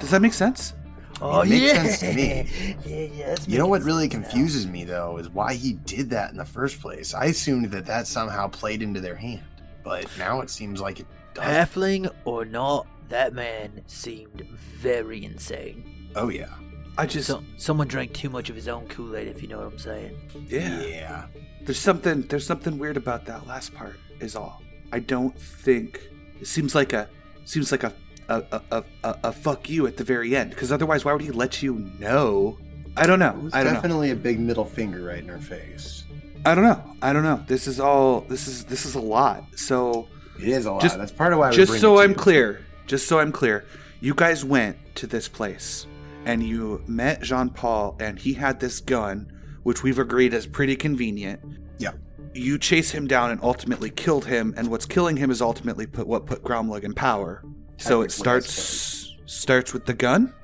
D: Does that make sense?
B: Oh, it makes sense to me.
G: [laughs] yeah, yeah. that's
B: You know
G: making
B: what really
G: sense now.
B: confuses me though is why he did that in the first place. I assumed that that somehow played into their hand, but now it seems like it does.
G: Halfling or not, that man seemed very insane.
B: Oh yeah,
D: I just
G: So, someone drank too much of his own Kool Aid, if you know what I'm saying.
D: yeah.
B: yeah.
D: There's something there's something weird about that last part is all. I don't think it seems like a seems like a a a, a, a, a fuck you at the very end because otherwise why would he let you know? I don't
B: It
D: know.
B: was
D: I don't know.
B: definitely a big middle finger right in her face.
D: I don't know. I don't know. This is all this is this is a lot. So
B: It is a lot.
D: Just-
B: That's part of why. we
D: just
B: bring
D: so
B: it to
D: I'm
B: you.
D: clear, just so I'm clear, you guys went to this place and you met Jean Paul, and he had this gun, which we've agreed is pretty convenient.
B: Yeah.
D: You chase him down and ultimately killed him, and what's killing him is ultimately put what put Gromlug in power. So it
H: Technically, I
D: starts starts with the gun.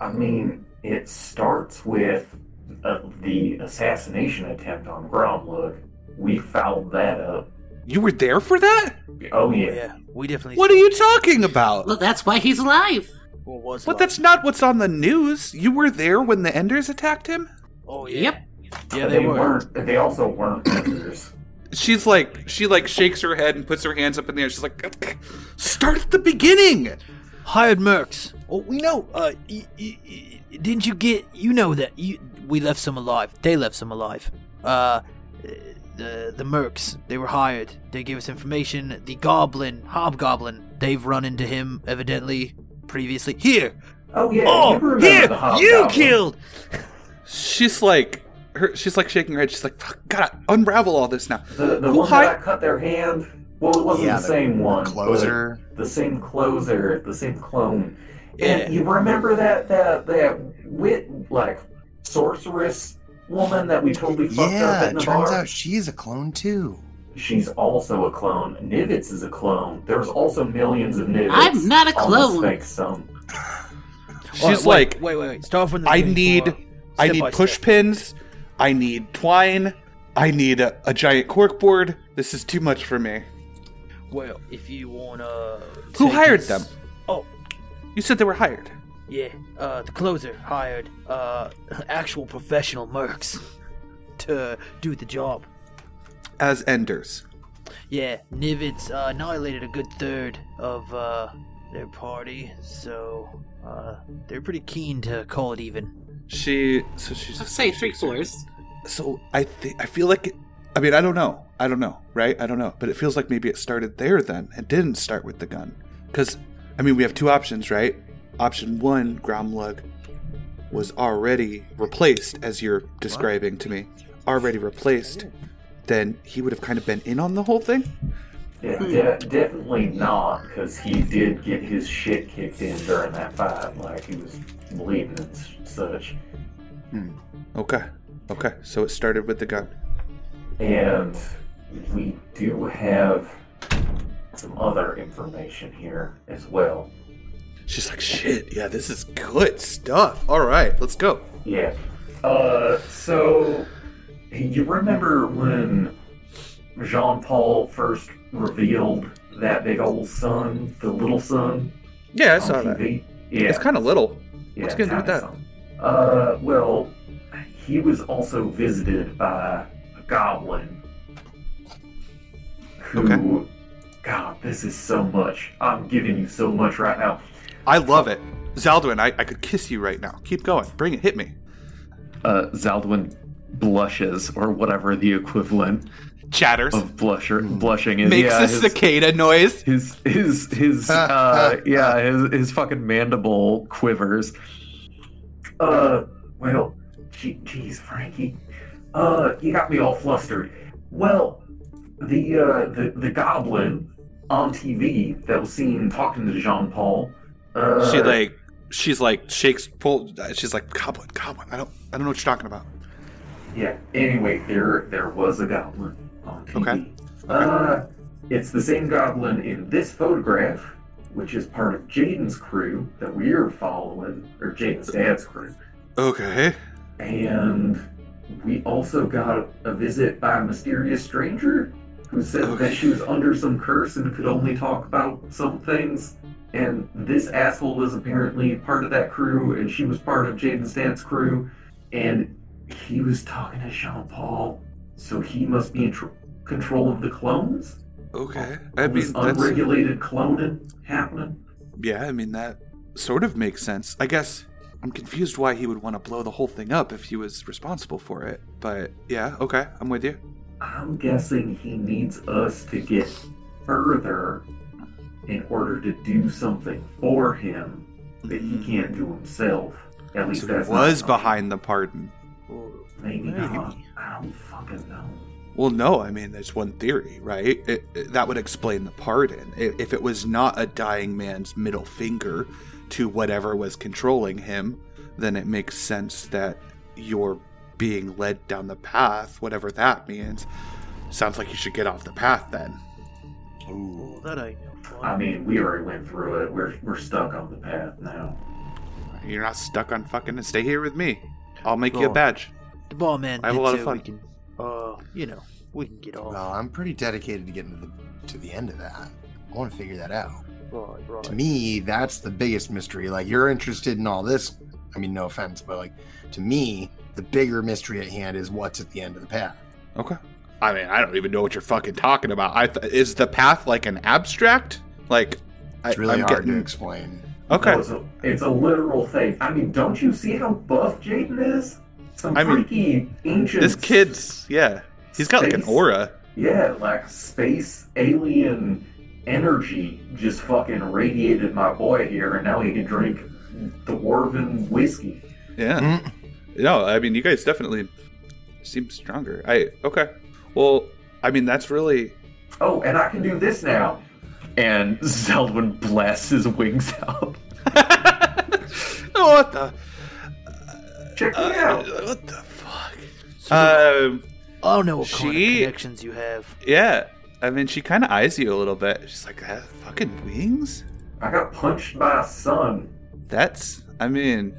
E: I mean, it starts with uh, the assassination attempt on Gromlug. We fouled that up.
D: You were there for that?
E: Oh
G: Yeah,
E: yeah.
G: we definitely.
D: What are you talking about?
F: Well, that's why he's alive.
G: What was
D: But
G: like-
D: that's not what's on the news. You were there when the Enders attacked him.
G: Oh yeah.
F: Yep.
G: Yeah,
E: But
G: they, were.
E: not They also weren't members.
D: She's like, she like shakes her head and puts her hands up in the air. She's like, start at the beginning.
G: Hired mercs. Oh, we know. Uh, y- y- y- didn't you get? You know that you we left some alive. They left some alive. Uh, the the mercs. They were hired. They gave us information. The goblin, hobgoblin. They've run into him evidently previously. Here.
E: Oh yeah. you
G: Oh,
E: remember
G: here.
E: the Hobgoblin.
G: You killed.
D: She's like, her, she's like shaking her head. She's like, Fuck, gotta unravel all this now.
E: the, the
D: Who
E: one
D: hired-
E: that I cut their hand. Well, it wasn't
B: Yeah,
E: the
B: the
E: same one. but
B: Closer.
E: The same closer. The same clone.
G: Yeah.
E: And you remember that that that wit like sorceress woman that we totally fucked up
B: Yeah,
E: in
B: it
E: the
B: turns
E: bar?
B: out she's a clone too.
E: She's also a clone. Nivitz is a clone. There's also millions of Nivitz.
F: I'm not a
E: on this
F: clone.
E: fake Some.
D: She's
G: Oh, wait,
D: like,
G: wait, wait, wait. Start from the.
D: I
G: beginning
D: need,
G: for-
D: I
G: step
D: need
G: by
D: push
G: step.
D: pins. I need twine. I need a, a giant cork board. This is too much for me.
G: Well, if you wanna.
D: Who
G: take
D: hired
G: us-
D: them?
G: Oh,
D: You said they were hired.
G: Yeah, uh, the closer hired uh, actual professional mercs [laughs] to do the job.
D: As Enders.
G: Yeah, Nivitz uh, annihilated a good third of uh, their party, so uh, they're pretty keen to call it even.
D: She, so she's
F: Let's
D: just
F: say
D: like,
F: three
D: shakes her head.
F: quarters.
D: so I think I feel like it, I mean I don't know I don't know right I don't know but it feels like maybe it started there then it didn't start with the gun because I mean we have two options right option one Gromlug was already replaced as you're describing to me already replaced then he would have kind of been in on the whole thing
E: Yeah,
F: Hmm.
E: de- definitely not, because he did get his shit kicked in during that fight. Like he was bleeding and s- such.
D: okay okay so it started with the gun
E: And we do have some other information here as well.
D: she's like shit yeah this is good stuff all right let's go
E: Yeah. Uh, so you remember when Jean Paul first revealed that big old sun, the little sun?
D: yeah I
E: on
D: saw that
E: TV? Yeah.
D: it's kind of little
E: yeah,
D: what's gonna do with that?
E: tiny sun. Uh, well, he was also visited by a goblin. Who? God, this is so much. I'm giving you so much right now.
D: I love it. Zaldwin, I, I could kiss you right now. Keep going. Bring it. Hit me.
H: Uh, Zaldwin blushes, or whatever the equivalent
D: Chatters.
H: of blusher, blushing is.
D: Makes
H: Oh, yeah,
D: a
H: his-
D: cicada noise.
H: his his his uh yeah his his fucking mandible quivers
E: Uh, well, gee, geez, Frankie, uh, you got me all flustered. Well, the uh, the the goblin on TV that was seen talking to Jean Paul. Uh,
D: She like she's like shakes pull she's like goblin, goblin. I don't I don't know what you're talking about.
E: yeah. Anyway, there there was a goblin on TV.
D: Okay.
E: Uh, it's the same goblin in this photograph, which is part of Jaden's crew that we're following, or Jaden's dad's crew.
D: Okay.
E: And we also got a visit by a mysterious stranger who said that she was under some curse and could only talk about some things. And this asshole is apparently part of that crew, and she was part of Jaden Stant's crew. And he was talking to Sean Paul, so he must be in tr- control of the clones?
D: Okay. I
E: This
D: mean, that's
E: unregulated cloning happening?
D: yeah. I mean, that sort of makes sense. I guess I'm confused why he would want to blow the whole thing up if he was responsible for it. But yeah, okay, I'm with you.
E: I'm guessing he needs us to get further in order to do something for him that he can't do himself. At least
D: So
E: that's
D: he
E: not
D: was
E: something-
D: behind the pardon.
E: Maybe not. I don't fucking know.
D: Well, no, I mean, there's one theory, right? It, it- that would explain the pardon. I- If it was not a dying man's middle finger to whatever was controlling him, then it makes sense that you're being led down the path, whatever that means. Sounds like you should get off the path then.
G: Oh, that ain't no fun.
E: I mean, we already went through it. We're we're stuck on the path now.
D: You're not stuck on fucking stay here with me. I'll make you a
G: Right.
D: badge.
G: the ball man.
D: I have a
G: did
D: lot of
G: say
D: fun.
G: We can, uh, you know, we can get off.
B: Well, I'm pretty dedicated to getting to the to the end of that. I want to figure that out.
G: Right,
B: To
G: right.
B: me, that's the biggest mystery. Like you're interested in all this. I mean, no offense, but like to me, the bigger mystery at hand is what's at the end of the path.
D: Okay. I mean, I don't even know what you're fucking talking about. I th- is the path like an abstract? Like, I,
B: It's really
D: I'm
B: hard to
D: getting
B: explain.
D: okay.
E: So it's, a, it's a literal thing. I mean, don't you see how buff Jaden is? Some
D: I mean,
E: freaky ancient.
D: This kid's yeah. He's got like an
E: space-
D: aura.
E: Yeah, like space alien energy just fucking radiated my boy here, and now he can drink dwarven whiskey.
D: Yeah.
B: Mm.
D: No, I mean you guys definitely seem stronger. I okay. Well, I mean that's really
E: Oh, and I can do this now. [laughs]
H: And Zeldwin blasts his wings out.
D: Oh what the
E: Check me
D: uh,
E: out.
D: what the fuck? Um
G: I don't know what kind of
D: She-
G: connections you have.
D: yeah. I mean she kinda eyes you a little bit. She's like, ah, fucking wings?
E: I got punched by a sun.
D: That's I mean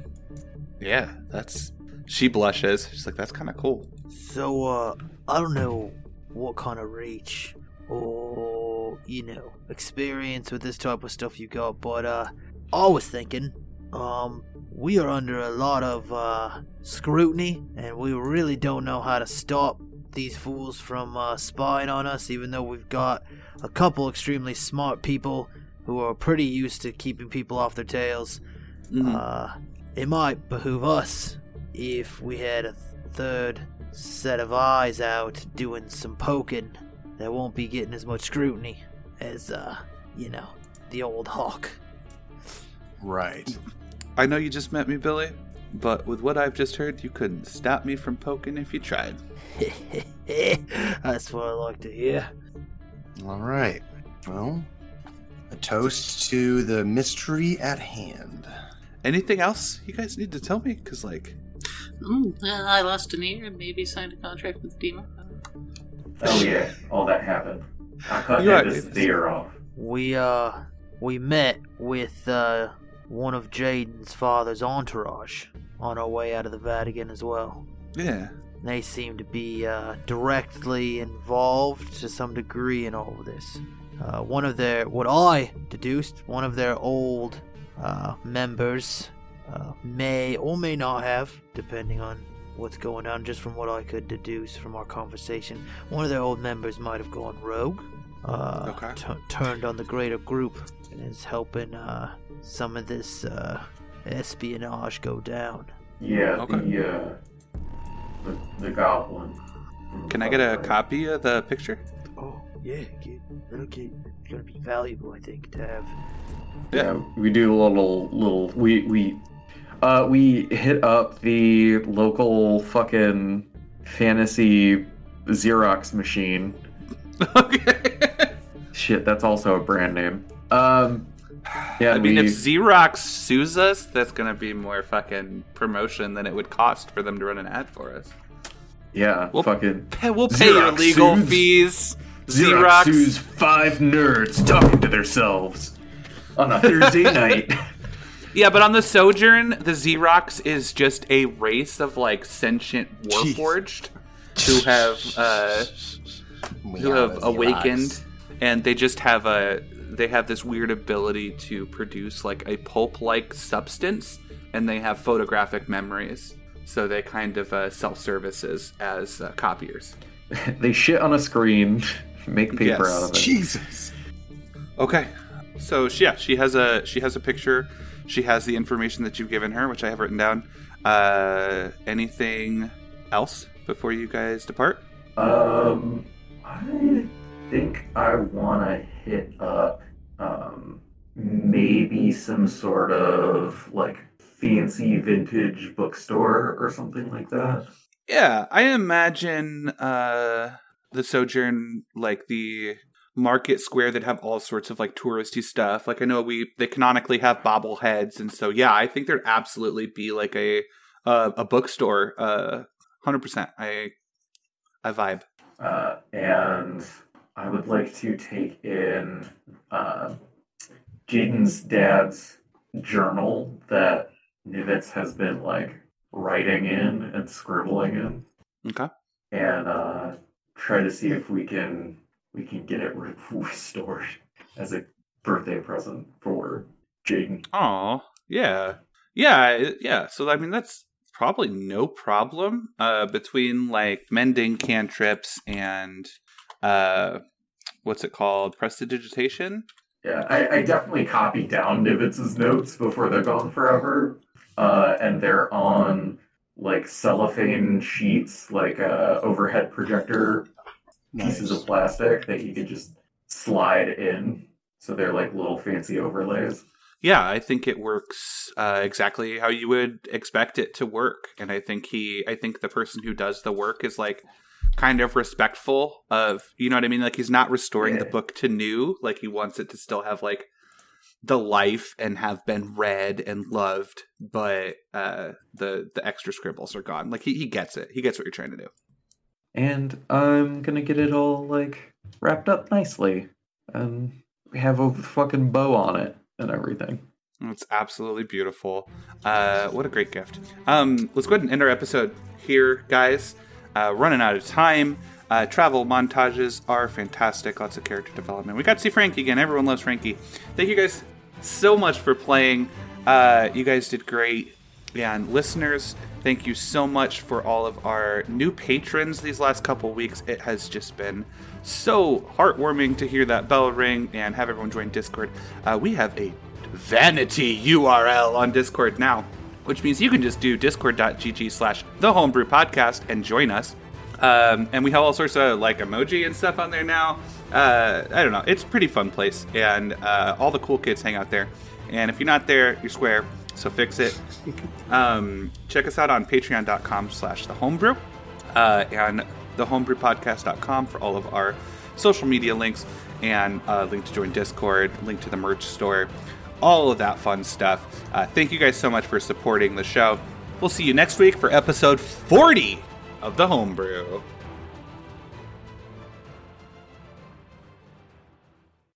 D: Yeah, that's she blushes. She's like, that's kinda cool.
G: So, uh, I don't know what kind of reach or, you know, experience with this type of stuff you got, but, uh, I was thinking, um, we are under a lot of, uh, scrutiny, and we really don't know how to stop these fools from, uh, spying on us, even though we've got a couple extremely smart people who are pretty used to keeping people off their tails.
D: Hmm.
G: Uh, it might behoove us if we had a third set of eyes out doing some poking that won't be getting as much scrutiny as, uh, you know, the old hawk. [laughs]
B: Right.
D: I know you just met me, Billy, but with what I've just heard, you couldn't stop me from poking if you tried.
G: That's what I like to hear.
B: All right. Well, a toast to the mystery at hand.
D: Anything else you guys need to tell me? Because, like,
F: Mm, well, I lost an ear and maybe signed a contract with the demon.
E: Oh yeah, all that happened. I cut
D: You're right.
E: his ear off.
G: We, uh, we met with, uh, one of Jaden's father's entourage on our way out of the Vatican as well.
D: yeah.
G: They seem to be uh, directly involved to some degree in all of this. Uh, one of their, what I deduced, one of their old uh, members uh, may or may not have, depending on what's going on, just from what I could deduce from our conversation, one of their old members might have gone rogue, uh,
D: Okay.
G: tu- turned on the greater group, and is helping uh, some of this uh, espionage go down.
E: Yeah,
D: Okay.
E: the uh, the, the goblin.
D: Can I get a copy of the picture? [laughs]
G: Oh, yeah, kid. That'll get, gonna be valuable, I think, to have.
D: Yeah.
H: we do a little little we we uh we hit up the local fucking fantasy Xerox machine.
D: okay.
H: Shit, that's also a brand name. Um yeah,
D: I mean,
H: we,
D: if Xerox sues us, that's going to be more fucking promotion than it would cost for them to run an ad for us.
H: yeah,
D: Well-
H: fucking
D: Hey, we'll pay your
H: Xerox
D: legal
H: sues.
D: fees.
H: Xerox
D: Xerox.
H: sues five nerds talking to themselves on
D: [laughs]
H: a Thursday night. [laughs]
D: Yeah, but on the Sojourn, the Xerox is just a race of like sentient warforged who have uh,
B: We
D: who
B: a
D: have
B: Xerox.
D: awakened, and they just have a they have this weird ability to produce like a pulp-like substance, and they have photographic memories. So they kind of uh, self-services as uh, copiers.
H: they shit on a screen, [laughs] make paper
D: Yes.
H: out of it.
B: Jesus.
D: Okay. So she, yeah, she has a she has a picture. She has the information that you've given her, which I have written down. Uh, anything else before you guys depart?
E: Um, I think I want to hit up um, maybe some sort of like fancy vintage bookstore or something like that.
D: Yeah, I imagine uh, the sojourn like the market square that have all sorts of like touristy stuff. Like I know we they canonically have bobbleheads, and so yeah, I think there'd absolutely be like a uh, a bookstore. uh, Hundred percent, I I vibe.
E: Uh, and I would like to take in uh, Jaden's dad's journal that Nivitz has been like writing in and scribbling in,
D: Okay.
E: and uh, try to see if we can we can get it re- [laughs] restored as a birthday present for Jaden.
D: Oh, yeah. Yeah, I- yeah. So I mean that's probably no problem uh between like mending cantrips and uh what's it called? Prestidigitation?
E: Yeah, I, I definitely copied down Nivitz's notes before they're gone forever. Uh, and they're on like cellophane sheets, like uh, overhead projector pieces of plastic that you could just slide in. So they're like little fancy overlays.
D: Yeah, I think it works uh exactly how you would expect it to work. And I think he I think the person who does the work is like kind of respectful of you know what I mean? Like he's not restoring the
E: Yeah.
D: book to new, like he wants it to still have like the life and have been read and loved, but uh the the extra scribbles are gone. Like he, he gets it. He gets what you're trying to do.
H: And I'm gonna get it all like wrapped up nicely. And we have a fucking bow on it and everything.
D: It's absolutely beautiful. Uh, what a great gift. Um, let's go ahead and end our episode here, guys. Uh, running out of time. Uh, travel montages are fantastic. Lots of character development. We got to see Frankie again. Everyone loves Frankie. Thank you guys so much for playing. Uh, you guys did great. And listeners, thank you so much for all of our new patrons these last couple weeks. It has just been so heartwarming to hear that bell ring and have everyone join Discord. Uh, we have a vanity URL on Discord now, which means you can just do discord.gg slash the homebrew podcast and join us. Um, and we have all sorts of like emoji and stuff on there now. Uh, I don't know. It's a pretty fun place, and uh, all the cool kids hang out there. And if you're not there, you're square. So fix it. um, check us out on patreon.com slash the homebrew uh, and thehomebrew.podcast.com for all of our social media links and uh, link to join Discord, link to the merch store, all of that fun stuff. Uh, thank you guys so much for supporting the show. We'll see you next week for episode 40 of The Homebrew.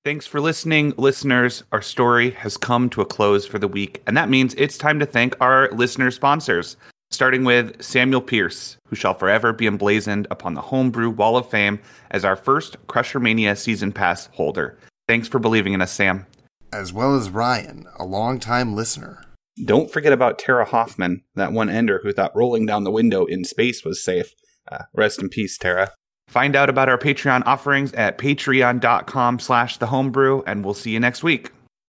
D: Thanks for listening, listeners. Our story has come to a close for the week, and that means it's time to thank our listener sponsors, starting with Samuel Pierce, who shall forever be emblazoned upon the Homebrew Wall of Fame as our first Crusher Mania season pass holder. Thanks for believing in us, Sam.
B: As well as Ryan, a longtime listener.
D: Don't forget about Tara Hoffman, that one ender who thought rolling down the window in space was safe. Uh, rest in peace, Tara. Find out about our Patreon offerings at patreon.com slash thehomebrew, and we'll see you next week.